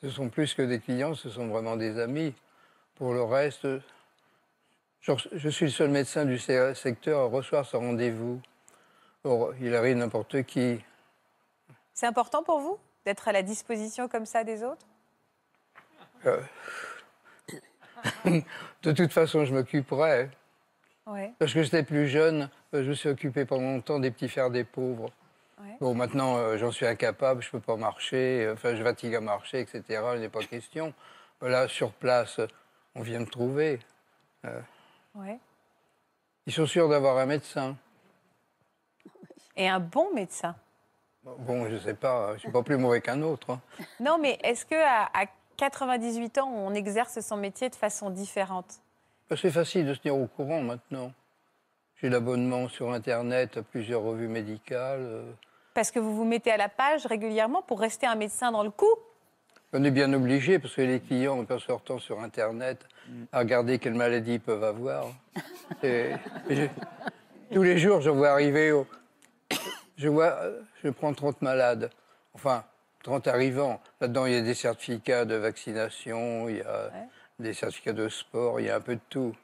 ce sont plus que des clients, ce sont vraiment des amis. Pour le reste, genre, je suis le seul médecin du se- secteur à recevoir ce rendez-vous. Or, il arrive n'importe qui.
C'est important pour vous d'être à la disposition comme ça des autres
euh. de toute façon, je m'occuperai.
Oui.
Lorsque j'étais plus jeune, euh, je me suis occupé pendant longtemps des petits fers des pauvres. Bon, maintenant, euh, j'en suis incapable, je ne peux pas marcher, euh, enfin, je fatigue à marcher, etc. Il n'est pas question. Mais Là, sur place, euh, on vient me trouver. Euh,
Ouais.
ils sont sûrs d'avoir un médecin.
Et un bon médecin.
Bon, je ne sais pas, euh, je ne suis pas plus mauvais qu'un autre. hein.
Non, mais est-ce que à, à 98 ans, on exerce son métier de façon différente
Bah, C'est facile de se tenir au courant maintenant. J'ai l'abonnement sur Internet à plusieurs revues médicales. euh,
Parce que vous vous mettez à la page régulièrement pour rester un médecin dans le coup
On est bien obligé parce que les clients ils passent leur temps sur Internet à regarder quelles maladies ils peuvent avoir. Et- et je- tous les jours, je vois arriver. au- je vois, euh, je prends 30 malades, enfin 30 arrivants. Là-dedans, il y a des certificats de vaccination, il y a des certificats de sport, il y a un peu de tout.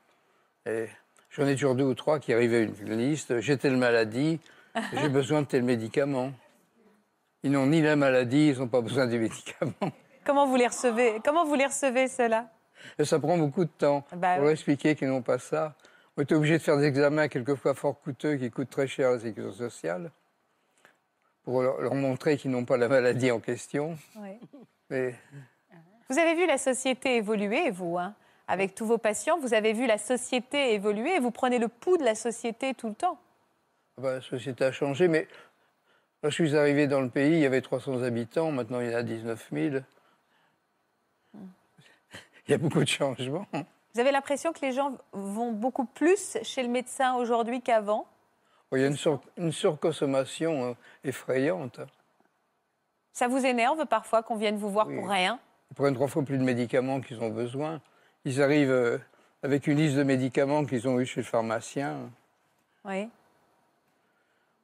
Et j'en ai toujours deux ou trois qui arrivaient à une liste. J'ai telle maladie, j'ai besoin de tel médicament. Ils n'ont ni la maladie, ils n'ont pas besoin du médicament.
Comment vous les recevez Comment vous les recevez cela
Et ça prend beaucoup de temps
Bah
pour
oui.
leur expliquer qu'ils n'ont pas ça. On est obligé de faire des examens quelquefois fort coûteux qui coûtent très cher à la sécurité sociale pour leur, leur montrer qu'ils n'ont pas la maladie en question. Mais
Vous avez vu la société évoluer, vous, hein avec tous vos patients, vous avez vu la société évoluer et vous prenez le pouls de la société tout le temps.
bah, la société a changé. Mais lorsque je suis arrivé dans le pays, il y avait 300 habitants. Maintenant, il y en a 19 000. il y a beaucoup de changements.
Vous avez l'impression que les gens vont beaucoup plus chez le médecin aujourd'hui qu'avant
Il y a une, sur- une surconsommation euh, effrayante.
Ça vous énerve parfois qu'on vienne vous voir
Oui.
pour rien
Ils prennent trois fois plus de médicaments qu'ils ont besoin. Ils arrivent euh, avec une liste de médicaments qu'ils ont eu chez le pharmacien.
Oui.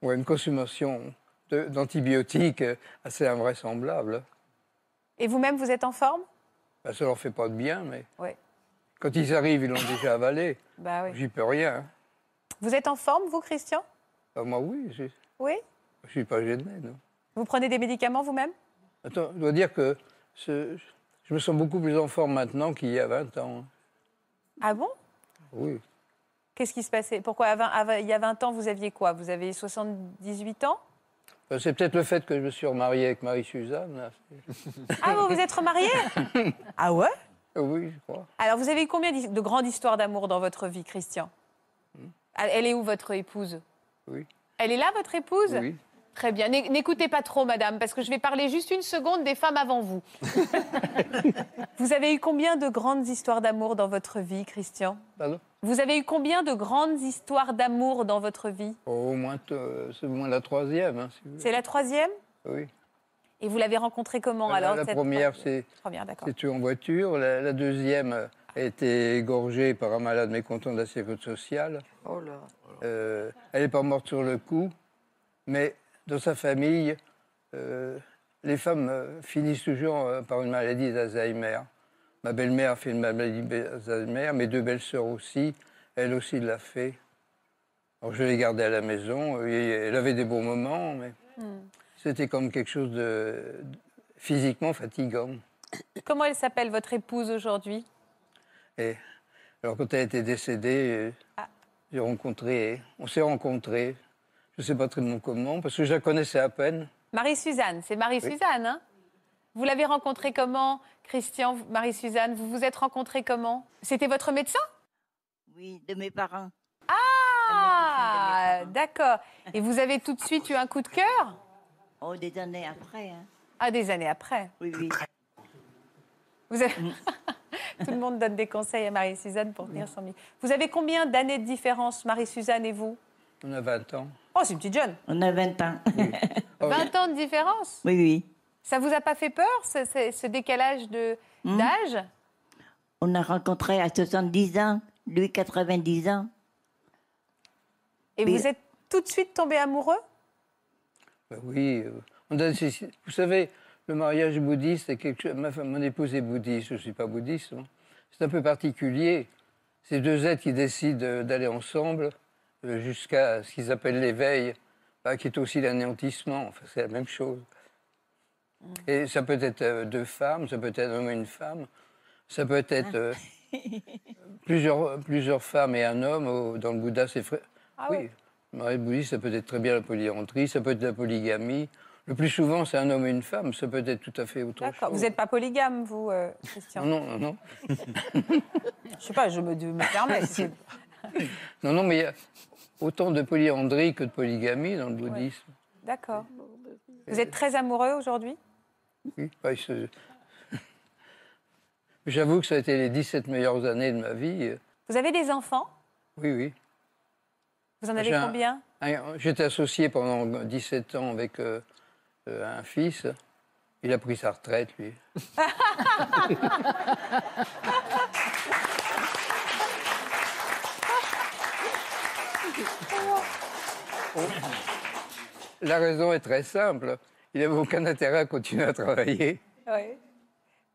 Ouais, une consommation de- d'antibiotiques euh, assez invraisemblable.
Et vous-même, vous êtes en forme
Bah, ça leur fait pas de bien, mais
Oui.
quand ils arrivent, ils l'ont déjà avalé.
Bah oui.
J'y peux rien.
Vous êtes en forme, vous, Christian
Ah, moi, oui, je
Oui
je suis pas gêné, non.
Vous prenez des médicaments vous-même
Attends, je dois dire que ce- je me sens beaucoup plus en forme maintenant qu'il y a 20 ans. hein.
Ah bon
Oui.
Qu'est-ce qui se passait Pourquoi à 20 à 20 il y a 20 ans, vous aviez quoi Vous aviez 78 ans
Euh, C'est peut-être le fait que je me suis remarié avec Marie-Suzanne. là.
Ah, vous vous êtes remarié Ah ouais
Euh, Oui, je crois.
Alors, vous avez eu combien d'hi- de grandes histoires d'amour dans votre vie, Christian Ah, Elle elle est où, votre épouse
Hmm. Oui.
Elle est là, votre épouse
Oui.
Très bien. N'é- N'écoutez pas trop, madame, parce que je vais parler juste une seconde des femmes avant vous. vous avez eu combien de grandes histoires d'amour dans votre vie, Christian
Pardon
Vous avez eu combien de grandes histoires d'amour dans votre vie
Au moins, euh, c'est au moins la troisième. hein, si vous voulez.
C'est la troisième
Oui.
Et vous l'avez rencontrée comment
La-
alors
Euh, la
cette-
première, c'est
Première, d'accord.
c'est tué en voiture. La, la deuxième euh, a été égorgée par un malade mécontent de la sécurité sociale.
Oh là.
Euh, elle n'est pas morte sur le coup, mais dans sa famille, euh, les femmes euh, finissent toujours euh, par une maladie d'Alzheimer. Ma belle-mère a fait une maladie d'Alzheimer, mes deux belles-sœurs aussi, elle aussi l'a fait. Alors je l'ai gardée à la maison, et elle avait des bons moments, mais c'était comme quelque chose de de- physiquement fatigant.
Comment elle s'appelle, votre épouse, aujourd'hui
Et alors quand elle était décédée, euh, j'ai rencontré, on s'est rencontrés. Je ne sais pas très bien comment, parce que je la connaissais à peine.
Marie-Suzanne, c'est Marie-Suzanne, hein Vous l'avez rencontrée comment, Christian, vous- Marie-Suzanne Vous vous êtes rencontrée comment C'était votre médecin
Oui, de mes parents.
Ah, d'accord. Et vous avez tout de suite eu un coup de cœur
Oh, des années après. hein.
Ah, des années après.
Oui, oui. Mm,
Vous avez- tout le monde donne des conseils à Marie-Suzanne pour tenir son micro. Vous avez combien d'années de différence, Marie-Suzanne et vous
On a 20 ans. Ah,
Oh, c'est une petite jeune.
On a 20 ans.
Oh.
20 ans de différence
Oui, oui.
Ça vous a pas fait peur, ce, ce- ce décalage de- d'âge
mm. On a rencontré à 70 ans, lui 90 ans.
Et vous êtes tout de suite tombé amoureux
Ben oui, euh, on a ces- ces- vous savez, le mariage bouddhiste est quelque chose. ma femme- mon épouse est bouddhiste, je ne suis pas bouddhiste. moi. C'est un peu particulier. Ces deux êtres qui décident euh, d'aller ensemble euh, jusqu'à ce qu'ils appellent l'éveil, bah, qui est aussi l'anéantissement. Enfin, c'est la même chose. Et ça peut être euh, deux femmes, ça peut être un homme et une femme, ça peut être euh, plusieurs, plusieurs femmes et un homme. Au- Dans le Bouddha, c'est fra-
Ah
oui. Le mariage bouddhiste, ça peut être très bien la polyandrie, ça peut être la polygamie. Le plus souvent, c'est un homme et une femme, ça peut être tout à fait autre
D'accord.
chose.
Vous n'êtes pas polygame, vous, euh, Christian
Non, non, non.
Je sais pas, je me, me permets. c'est-
Non, non, mais il y a autant de polyandrie que de polygamie dans le bouddhisme.
D'accord. Vous êtes très amoureux aujourd'hui
Oui, bah, il se- J'avoue que ça a été les 17 meilleures années de ma vie.
Vous avez des enfants
Oui, oui.
Vous en avez
J'ai un-
combien
un- J'étais associé pendant 17 ans avec euh, euh, un fils. Il a pris sa retraite, lui. La raison est très simple. Il n'avait aucun intérêt à continuer à travailler.
Ouais.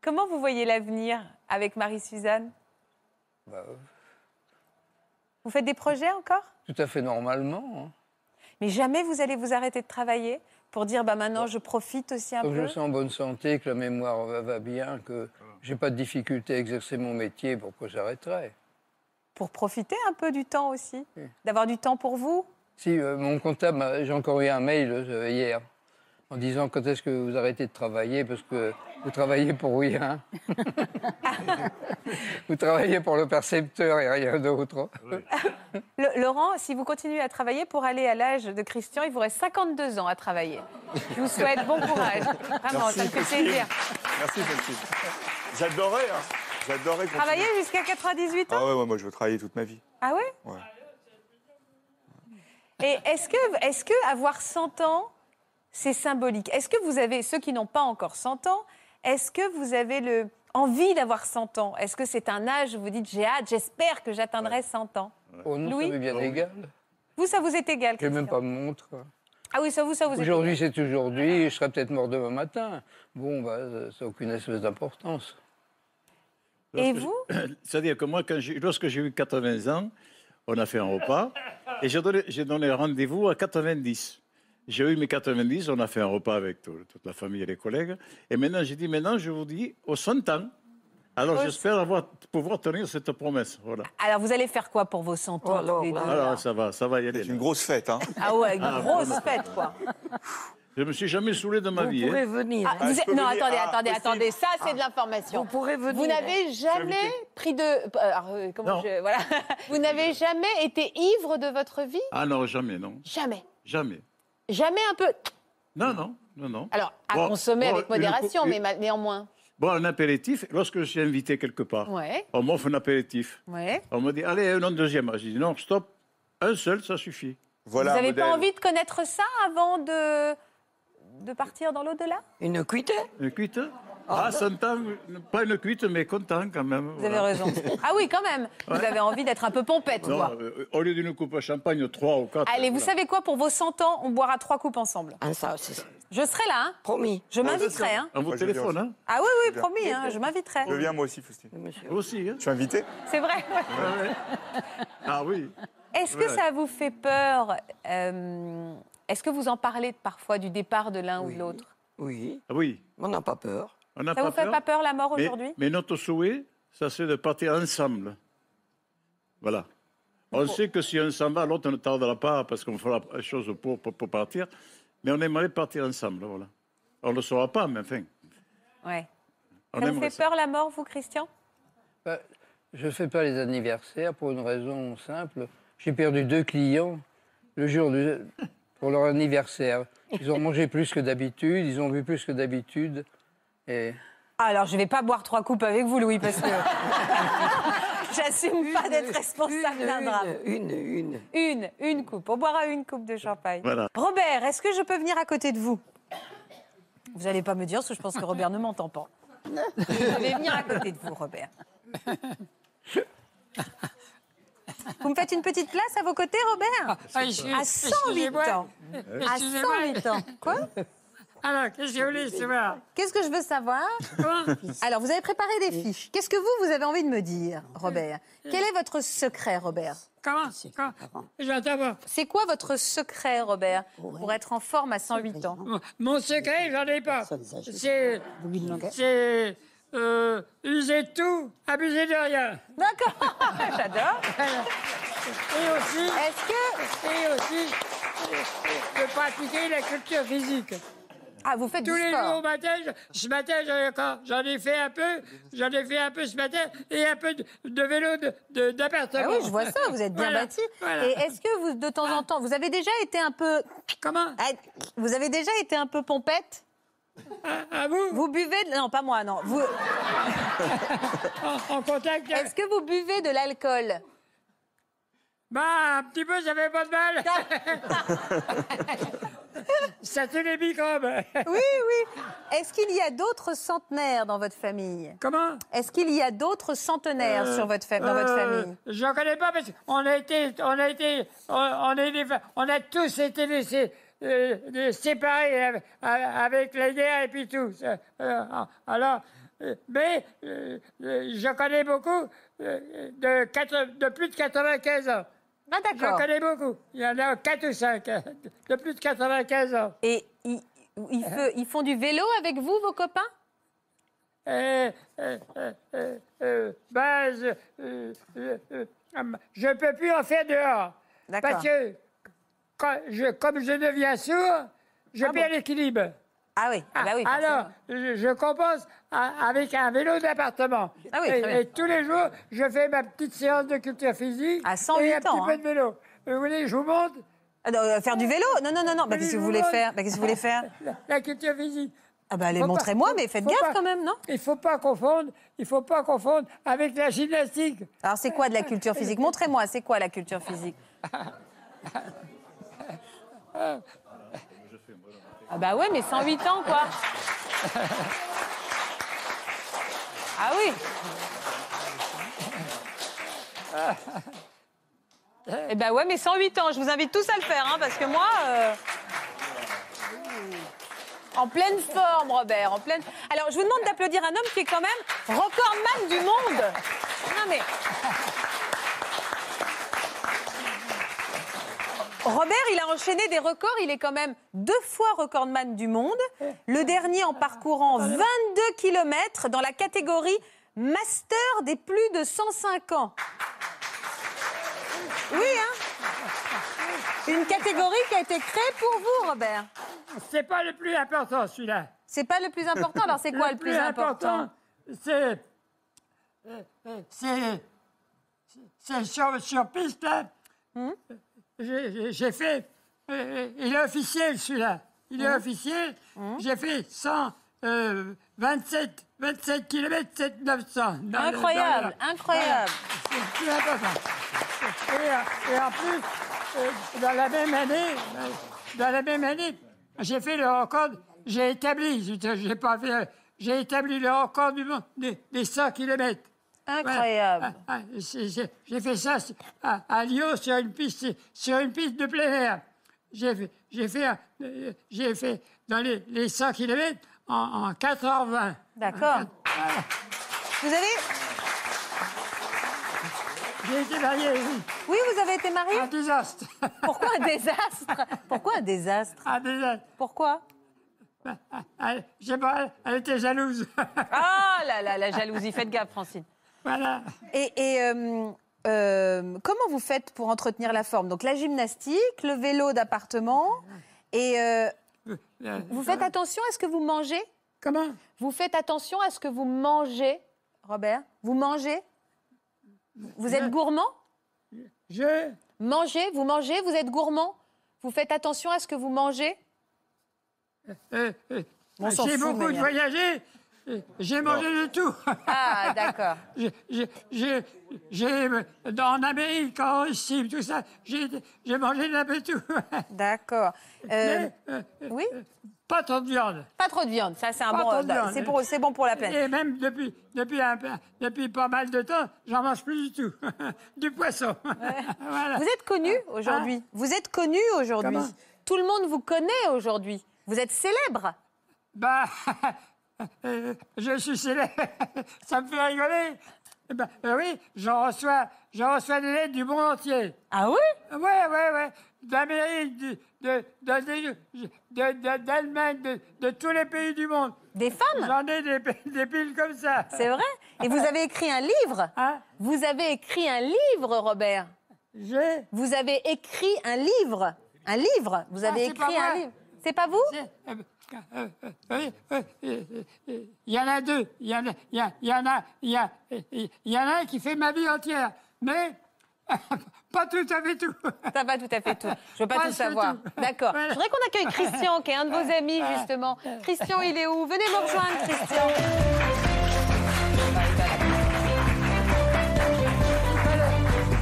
Comment vous voyez l'avenir avec Marie-Suzanne
Bah,
Vous faites des projets encore
tout à fait normalement. hein.
Mais jamais vous allez vous arrêter de travailler pour dire bah maintenant je profite aussi un
Comme je
peu.
me sens en bonne santé, que la mémoire va, va bien, que j'ai pas de difficulté à exercer mon métier, pourquoi j'arrêterais
Pour profiter un peu du temps aussi. D'avoir du temps pour vous.
Si euh, mon comptable, m'a- j'ai encore eu un mail euh, hier en disant quand est-ce que vous arrêtez de travailler parce que vous travaillez pour rien. vous travaillez pour le percepteur et rien d'autre.
Le- Laurent, si vous continuez à travailler pour aller à l'âge de Christian, il vous reste 52 ans à travailler. Je vous souhaite bon courage. Vraiment,
Merci,
ça me fait
Christine.
plaisir.
Merci, Christine. J'adorais. hein. J'adorais continuer.
Travailler jusqu'à 98 ans
Ah ouais, ouais, moi je veux travailler toute ma vie.
Ah ouais
Ouais.
Et est-ce que, est que avoir 100 ans, c'est symbolique Est-ce que vous avez, ceux qui n'ont pas encore 100 ans, est-ce que vous avez le, envie d'avoir 100 ans Est-ce que c'est un âge où vous dites j'ai hâte, j'espère que j'atteindrai 100 ans
Pour nous,
Louis
ça m'est bien égal.
Vous, ça vous est égal
J'ai même
Christian
pas de montre.
Ah oui, ça vous, ça vous est
Aujourd'hui,
égal.
c'est aujourd'hui. Je serai peut-être mort demain matin. Bon, bah, euh, ça n'a aucune espèce d'importance.
Et
Lorsque
vous
j'ai- C'est-à-dire que moi, quand j'ai- lorsque j'ai eu 80 ans, on a fait un repas et j'ai donné, j'ai donné rendez-vous à 90. J'ai eu mes 90, on a fait un repas avec tout- toute la famille et les collègues. Et maintenant, j'ai dit, maintenant, je vous dis, aux 100 ans. Alors, j'espère avoir, pouvoir tenir cette promesse. Voilà.
Alors, vous allez faire quoi pour vos 100 ans tous les deux, là
Oh, bah, Alors, ça va, ça va y aller. C'est une
grosse fête, hein
Ah ouais,
Ah,
grosse
vraiment.
fête, quoi.
Je me suis jamais saoulé de ma vie. hein.
Ah, vous êtes- Non, attendez, attendez,
Ah,
attendez. Ça, c'est de l'information. Vous
pourrez venir.
Vous n'avez jamais pris de. euh, alors, euh, comment je- Voilà. Vous n'avez jamais été ivre de votre vie
Ah non, jamais, non.
Jamais.
Jamais.
Jamais un peu.
Non, non, non, non.
Alors, à
Bon,
consommer
bon,
avec
une-
modération,
une-
mais ma- néanmoins.
Bon, un apéritif, lorsque je suis invité quelque part,
Ouais.
on m'offre un apéritif.
Ouais.
On me dit, allez, un autre deuxième. J'ai dit, non, stop, un seul, ça suffit.
vous n'avez pas envie de connaître ça avant de, de partir dans l'au-delà
Une cuite
Une cuite Ah, 100 ans, pas une cuite, mais content quand même.
bah. Vous avez raison. Ah oui, quand même. Vous
Ouais.
avez envie d'être un peu pompette,
Non,
quoi.
euh, au lieu d'une coupe à champagne, trois ou quatre.
Allez, vous savez quoi Pour vos 100 ans, on boira trois coupes ensemble.
Ah, ça, c'est ça.
Je serai là, hein
Promis.
Je m'inviterai, hein
On vous
Moi, je viens
téléphone,
aussi.
hein
Ah oui,
Je
oui,
viens.
promis, hein, je m'inviterai.
Je viens moi aussi, Faustine.
Aussi, hein
Tu es invité
C'est vrai. ouais.
Ah oui.
Est-ce que
Ouais.
ça vous fait peur euh, Est-ce que vous en parlez parfois du départ de l'un ou de l'autre
Oui.
Ah Oui.
On n'a pas peur.
On n'a
Ça vous fait pas peur, la mort,
Mais-
aujourd'hui
Mais notre souhait, ça c'est de partir ensemble. Voilà. On sait que si un s'en va, l'autre ne tardera pas parce qu'on fera la chose pour, pour, pour partir. Mais on aimerait partir ensemble, voilà. On ne le saura pas, mais enfin,
Ouais.
on
Ça vous
aimerait
fait
ça.
peur, la mort, vous, Christian
Bah, je ne fais pas les anniversaires pour une raison simple. J'ai perdu deux clients le jour du- pour leur anniversaire. Ils ont mangé plus que d'habitude, ils ont bu plus que d'habitude. Et
Ah, Alors, je vais pas boire trois coupes avec vous, Louis, parce que j'assume pas d'être responsable d'un drame.
Une, une.
Une, une coupe. On boira une coupe de champagne.
Voilà.
Robert, est-ce que je peux venir à côté de vous Vous n'allez pas me dire, parce que je pense que Robert ne m'entend pas. Je vais venir à côté de vous, Robert. Vous me faites une petite place à vos côtés, Robert
ah, je-
À 108
excusez-moi.
ans. À
Excusez-moi.
108 ans. Quoi
Alors, qu'est-ce que vous voulez savoir
Qu'est-ce que je veux savoir Alors, vous avez préparé des fiches. Qu'est-ce que vous, vous avez envie de me dire, Robert
Euh,
Quel est votre secret, Robert
Ah,
Comment, comment J'entends pas.
C'est quoi votre secret, Robert, pour être en forme à 108 ans
Mon secret, j'en ai pas. C'est. C'est. euh, user de tout, abuser de rien.
D'accord, j'adore.
Et aussi.
Est-ce que.
Et aussi. euh, De pratiquer la culture physique.
Ah, vous faites
Tous
du
les
sport.
jours au matin, je- ce matin, j'en ai encore- j'en ai fait un peu, j'en ai fait un peu ce matin, et un peu de, de vélo de- de- d'appartement.
Ah oui, je vois ça, vous êtes bien
Voilà,
bâti.
voilà.
Et est-ce que vous, de temps en temps, vous avez déjà été un peu. Ah,
Comment
Vous avez déjà été un peu pompette
vous
Ah, Vous buvez. De... Non, pas moi, non. Vous...
en, contact.
Est-ce que vous buvez de l'alcool
Bah, un petit peu, ça fait pas de mal. ça tue les microbes.
Oui, oui. Est-ce qu'il y a d'autres centenaires dans votre famille
Comment
Est-ce qu'il y a d'autres centenaires
Euh,
sur votre fa- dans votre
euh,
famille
J'en connais pas parce qu'on a été, on a été, on, on est des fa- on a tous été laissés. euh, des- séparés av- a- avec la guerre et puis tout. Ça, euh, alors, euh, mais euh, euh, je connais beaucoup euh, de, quatre- de plus de 95 ans.
Ah
J'en
d'accord.
connais beaucoup. Il y en a 4 ou 5 de plus de 95 ans.
Et ils, ils fe- ils font du vélo avec vous, vos copains
Euh, euh, euh, euh, euh, ben, je, euh, euh, euh, je peux plus en faire dehors.
D'accord.
Parce que quand je- comme je deviens sourd, je perds l'équilibre.
Ah oui, ah bah oui, forcément.
Alors, je, je compense à- avec un vélo d'appartement.
Ah oui,
et,
très bien.
et tous les jours, je fais ma petite séance de culture physique.
À 108
et un
ans,
petit
hein.
peu de vélo. Vous voulez, je vous montre
Ah non, euh, Faire du vélo Non, non, non, non. Bah,
Oui,
qu'est-ce que
je
vous
vous
voulez
montre.
faire Bah, Qu'est-ce que vous voulez faire
la, la culture physique.
Ah bah allez,
Faut pas-
montrez-moi, mais
faut-
faites
faut
gaffe
pas-
quand même, non
Il faut pas confondre, il faut pas confondre avec la gymnastique.
Alors c'est quoi de la culture physique Montrez-moi, c'est quoi la culture physique
Ah bah ouais, mais 108 ans, quoi. Ah oui Eh bah ouais, mais 108 ans. Je vous invite tous à le faire, hein, parce que moi... euh, En pleine forme, Robert, en pleine... Alors, je vous demande d'applaudir un homme qui est quand même recordman du monde Non mais... Robert, il a enchaîné des records. Il est quand même deux fois recordman du monde. Le dernier en parcourant 22 km dans la catégorie master des plus de 105 ans. Oui, hein Une catégorie qui a été créée pour vous, Robert.
C'est pas le plus important, celui-là.
C'est pas le plus important. Alors, c'est quoi le plus important
C'est. euh, euh, C'est. C'est sur, sur piste, là.
Hmm?
J'ai- J'ai j'ai fait. euh, il est officiel, celui-là. Il est
Hmm?
Mhm.
officiel. J'ai fait 100. euh, 27, 27 km 7900. dans le-
Incroyable,
dans le-
incroyable.
Voilà. C'est le plus important. Et, euh, et en plus, euh, dans la même année, euh, dans la même année, j'ai fait le record, j'ai établi, je te- j'ai pas fait, j'ai établi le record du monde des, des 100 km.
Incroyable.
j'ai fait ça sur- à, à Lyon sur une piste, sur une piste de plein air. J'ai fait, j'ai fait, un- euh, j'ai fait dans les, les 100 km en, en 4h20.
D'accord. Vous avez
J'ai été marié, oui.
Oui, vous avez été marié
Un désastre.
Pourquoi un désastre Pourquoi un désastre
Un désastre.
Pourquoi
Elle- Je sais pas, elle était jalouse.
Ah là là, la jalousie. Faites gaffe, Francine.
Voilà.
Et, et, euh, euh, comment vous faites pour entretenir la forme Donc la gymnastique, le vélo d'appartement, et euh, vous faites attention à ce que vous mangez
Comment
Vous faites attention à ce que vous mangez,
Robert Vous mangez
Vous êtes gourmand
Je
Mangez, vous mangez, vous êtes gourmand Vous faites attention à ce que vous mangez
Euh, euh,
On s'en
J'ai
fout,
beaucoup
mais-
de voyagé. Euh, J'ai mangé de tout.
Ah, d'accord.
J'ai- j'ai- J'ai. j'ai- En Amérique, en Russie, tout ça, j'ai j'ai mangé d'un peu tout.
D'accord. Euh,
oui Pas trop de viande.
Pas trop de viande, ça c'est un
Pas
bon.
trop de viande. hein.
C'est pour, c'est bon pour la planète.
Et même depuis, depuis, un peu- depuis pas mal de temps, j'en mange plus du tout. du poisson. Voilà.
Vous êtes connu aujourd'hui.
Hein
vous êtes connu aujourd'hui.
Comment
Tout le monde vous connaît aujourd'hui. Vous êtes célèbre.
Bah, euh, je suis célèbre. Ça me fait rigoler. Eh ben, euh, oui, j'en reçois, j'en reçois des lettres du monde entier. Euh,
Ah oui
Ouais, ouais, ouais. D'Amérique, du- de, de- de- de- de- d'Allemagne, de, de tous les pays du monde.
Des femmes
J'en ai des, pi- des piles comme ça.
C'est vrai Et vous avez écrit un livre
Ah.
Vous avez écrit un livre, Robert
J'ai
Vous avez écrit un livre Un livre Vous
Ah,
avez
c'est
écrit
pas
un
moi.
livre C'est pas vous
Euh, euh, oui, oui, euh, euh, Il y en a deux. Il y en a, il y a- il y en a, il y a- il y en a un qui fait ma vie entière. Mais pas tout à fait tout.
Ça va tout à fait tout. Je veux pas
Pas
tout
du
savoir.
tout.
D'accord.
Voilà.
Je voudrais qu'on accueille Christian, qui est un de vos amis, justement. Christian, il est où Venez me rejoindre, Christian.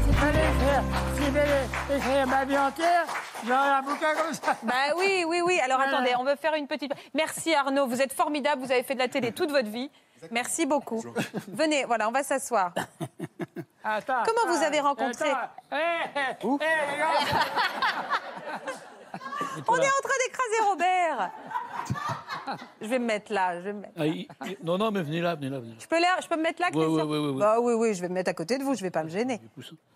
S'il fallait écrire, s'il fallait écrire ma vie entière, j'aurais un bouquin comme ça.
Bah oui, oui, oui. Alors
Voilà.
attendez, on veut faire une petite. Merci Arnaud, vous êtes formidable, vous avez fait de la télé toute votre vie. Merci beaucoup.
Venez, voilà, on va s'asseoir.
Attends,
Comment vous
attends,
avez rencontré
attends. Eh, Hé, hé, hé, les gars.
On est en train d'écraser Robert Je vais me mettre là. Je, vais me mettre-
Ah, il- il- Non, non, mais venez là, venez là. venez là.
Je peux, là- je peux me mettre là,
Ouais, ouais,
Christian
ouais, ouais, ouais.
Bah oui, oui, je vais me mettre à côté de vous, je vais pas me gêner.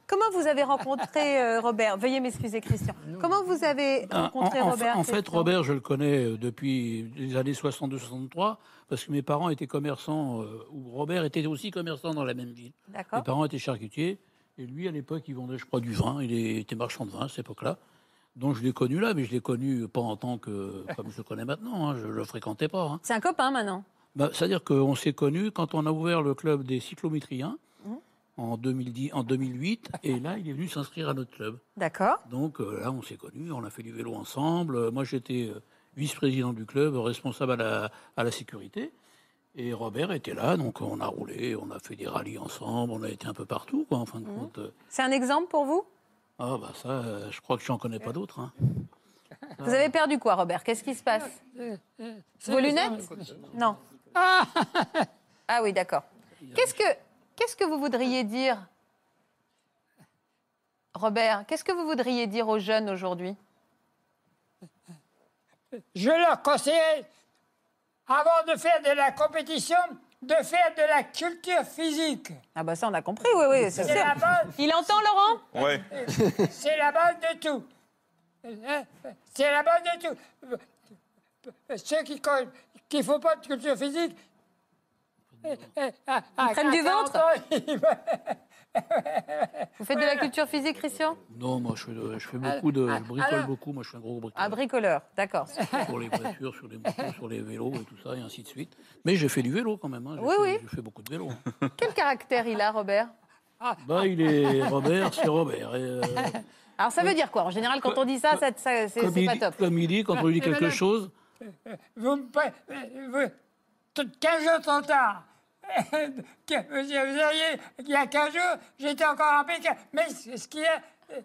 Comment vous avez rencontré euh, Robert Veuillez m'excuser, Christian. Comment vous avez
Ah, en-
rencontré
en,
Robert
en fait,
Christian
Robert, je le connais euh, depuis les années 62-63, parce que mes parents étaient commerçants, euh, ou Robert était aussi commerçant dans la même ville.
D'accord.
Mes parents étaient charcutiers, et lui, à l'époque, il vendait, je crois, du vin, il était marchand de vin à cette époque-là. Donc je l'ai connu là, mais je l'ai connu pas en tant que. comme je le connais maintenant, hein, je le fréquentais pas. hein.
C'est un copain maintenant.
Bah, C'est-à-dire qu'on s'est connus quand on a ouvert le club des cyclométriens
Hmm
Mhm.
en, 2010, en 2008, et là, il est venu s'inscrire à notre club.
D'accord.
Donc euh, là, on s'est connus, on a fait du vélo ensemble. Euh, moi, j'étais euh, vice-président du club, responsable à la, à la sécurité. Et Robert était là, donc on a roulé, on a fait des rallyes ensemble, on a été un peu partout, quoi, en fin de
Mhm.
compte.
C'est un exemple pour vous
Ah, bah ça, euh, je crois que je n'en connais pas d'autres. hein.
Vous avez perdu quoi, Robert Qu'est-ce qui se passe Vos lunettes Non. Ah, oui, d'accord. Qu'est-ce que, qu'est-ce que vous voudriez dire Robert, qu'est-ce que vous voudriez dire aux jeunes aujourd'hui
Je leur conseille, avant de faire de la compétition, de faire de la culture physique.
Ah bah ça, on a compris, oui, oui, c'est
C'est
sûr.
la base.
Il entend, Laurent
Ouais.
C'est la base de tout. Hein C'est la base de tout. Ceux qui ne qui font pas de culture physique. Ils
prennent du ventre Vous faites de la culture physique, Christian
Non, moi, je fais, de- je fais beaucoup de. Je bricole
Ah, alors- Ah
beaucoup, moi, je suis un gros bricoleur.
Un bricoleur, d'accord.
sur les voitures, sur les motos, sur les vélos et tout ça, et ainsi de suite. Mais j'ai fait du vélo quand même. hein. J'ai
Oui,
fait-
oui.
J'ai fait beaucoup de vélo. hein.
Quel caractère il a, Robert
Bah, il est Robert, c'est Robert. et, euh,
Alors ça veut dire quoi En général, quand on dit ça, ça, ça- c'est
comme,
c'est
il,
pas
dit-
top.
comme il dit, quand on lui dit quelque chose,
Vous me pre- euh, vous- tout- 15 jours trop tard. Que- vous auriez- il y a 15 jours, j'étais encore en pique, mais ce ce qu'il y a,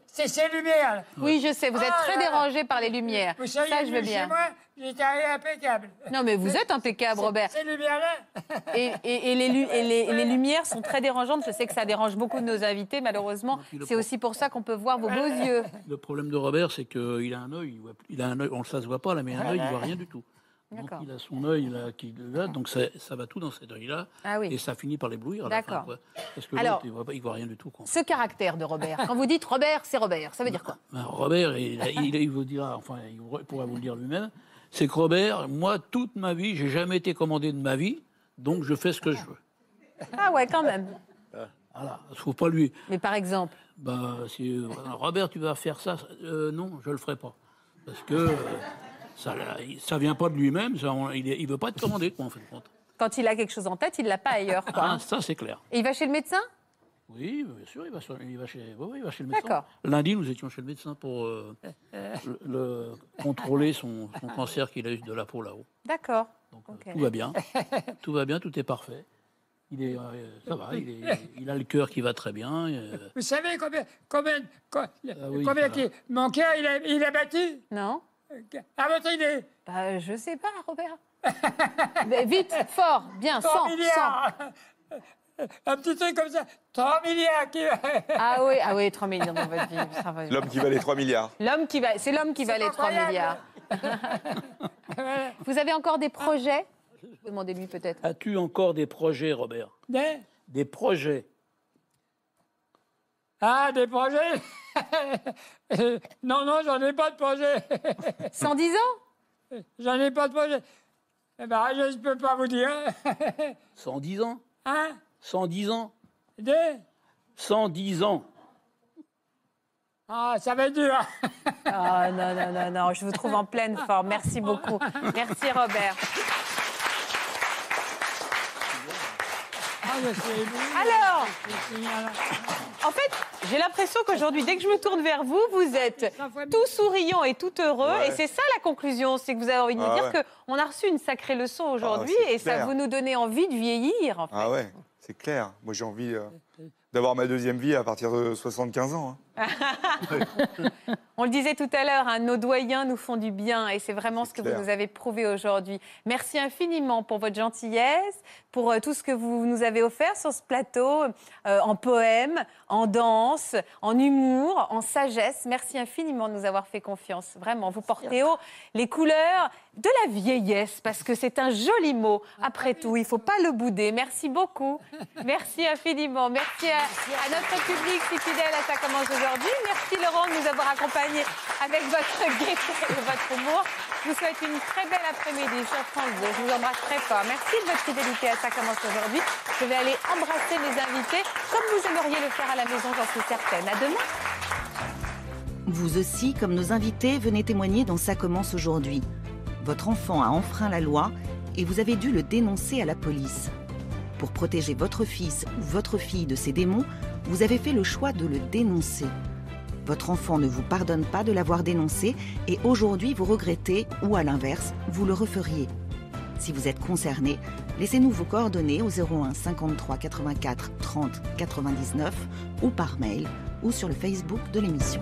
c'est ces lumières.
Oui, je sais, vous êtes
Ah
très
là là.
dérangé par les lumières.
Vous
Ça,
seriez
je veux
venu
bien.
chez moi, j'étais arrivé impeccable.
Non, mais vous êtes impeccable,
Ces-
Robert.
Ces lumières-là.
Et, et- et les, lu- et les- et les lumières sont très dérangeantes. Je sais que ça dérange beaucoup de nos invités, malheureusement. C'est aussi pour ça qu'on peut voir vos beaux yeux.
le problème de Robert, c'est qu'il a un œil, il voit- il a un œil, on ça se voit pas là, mais un œil, il voit rien du tout. Donc
Ah D'accord.
il a son œil là qui là, donc ça, ça va tout dans cet œil-là,
Ah oui.
et ça finit par l'éblouir. à la fin,
D'accord.
quoi. Parce que
Alors-
l'autre, il voit, pas- il voit rien du tout. Quoi.
Ce caractère de Robert. Quand vous dites Robert, c'est Robert. Ça veut dire quoi
Ben, Robert, il, il- il vous dira, enfin, il pourra vous le dire lui-même, c'est que Robert, moi, toute ma vie, j'ai jamais été commandé de ma vie, donc je fais ce que je veux.
Ah ouais, quand même.
Voilà, il faut pas lui.
Mais par exemple
Ben, si, euh, Robert, tu vas faire ça Euh, Non, je le ferai pas. Parce que euh, ça, ça vient pas de lui-même, ça, on- il, est- il veut pas être commandé, quoi, en fin de compte.
Quand il a quelque chose en tête, il l'a pas ailleurs. Quoi.
Ah, ça, c'est clair.
Et il va chez le médecin
Oui, bien sûr, il va, sur- il va chez, oui, oui, il va chez le médecin.
D'accord.
Lundi, nous étions chez le médecin pour euh, le, le- contrôler son, son cancer qu'il a eu de la peau là-haut.
D'accord. Ok.
euh, Tout va bien. Tout va bien, tout est parfait. Il est, euh, ça va, il, est- il a le cœur qui va très bien. euh,
Vous savez combien, combien, co-
oui,
combien
ça va.
qui, mon cœur, il a, il a battu
Non.
À votre idée
Bah, je sais pas, Robert. Mais vite, fort, bien,
100
sans, sans.
milliards Un petit truc comme ça, 3 milliards qui...
Ah oui, ah oui, 3 millions dans votre vie. ça va.
L'homme qui valait 3 milliards.
L'homme qui va, c'est l'homme qui va les 3 milliards. Vous avez encore des projets Demandez-lui peut-être.
As-tu encore des projets, Robert
Des,
Des projets
Ah, des projets Non, non, j'en ai pas de projet.
110 ans
J'en ai pas de projet. Eh ben, je ne peux pas vous dire.
110 ans
Hein
110 ans
Des
110 ans
Ah, ça va être dur.
Ah non, non, non, non, je vous trouve en pleine forme. Merci beaucoup. Merci Robert. Alors, en fait, j'ai l'impression qu'aujourd'hui, dès que je me tourne vers vous, vous êtes tout souriant et tout heureux.
Ouais.
Et c'est ça la conclusion, c'est que vous avez envie de nous
Ah
dire
ouais. Ah,
qu'on a reçu une sacrée leçon aujourd'hui
c'est
et ça
clair.
vous nous donnez envie de vieillir. en fait.
Ah ouais, c'est clair. Moi, j'ai envie euh, d'avoir ma deuxième vie à partir de 75 ans. hein.
On le disait tout à l'heure, hein, nos doyens nous font du bien et c'est vraiment ce que
clair.
vous nous avez prouvé aujourd'hui. Merci infiniment pour votre gentillesse, pour euh, tout ce que vous nous avez offert sur ce plateau, euh, en poème, en danse, en humour, en sagesse. Merci infiniment de nous avoir fait confiance. Vraiment, vous portez haut les couleurs de la vieillesse parce que c'est un joli mot. Après tout, il ne faut pas le bouder. Merci beaucoup. Merci infiniment. Merci à, à notre public si fidèle à Ça commence aujourd'hui. Merci Laurent de nous avoir accompagnés avec votre gaieté et votre humour. Je vous souhaite une très belle après-midi sur France 2. Je vous embrasse très fort. Merci de votre fidélité à Ça commence aujourd'hui. Je vais aller embrasser mes invités comme vous aimeriez le faire à la maison, j'en suis certaine. À demain.
Vous aussi, comme nos invités, venez témoigner dans Ça commence aujourd'hui. Votre enfant a enfreint la loi et vous avez dû le dénoncer à la police. Pour protéger votre fils ou votre fille de ces démons, vous avez fait le choix de le dénoncer. Votre enfant ne vous pardonne pas de l'avoir dénoncé et aujourd'hui vous regrettez ou à l'inverse, vous le referiez. Si vous êtes concerné, laissez-nous vos coordonnées au 01 53 84 30 99 ou par mail ou sur le Facebook de l'émission.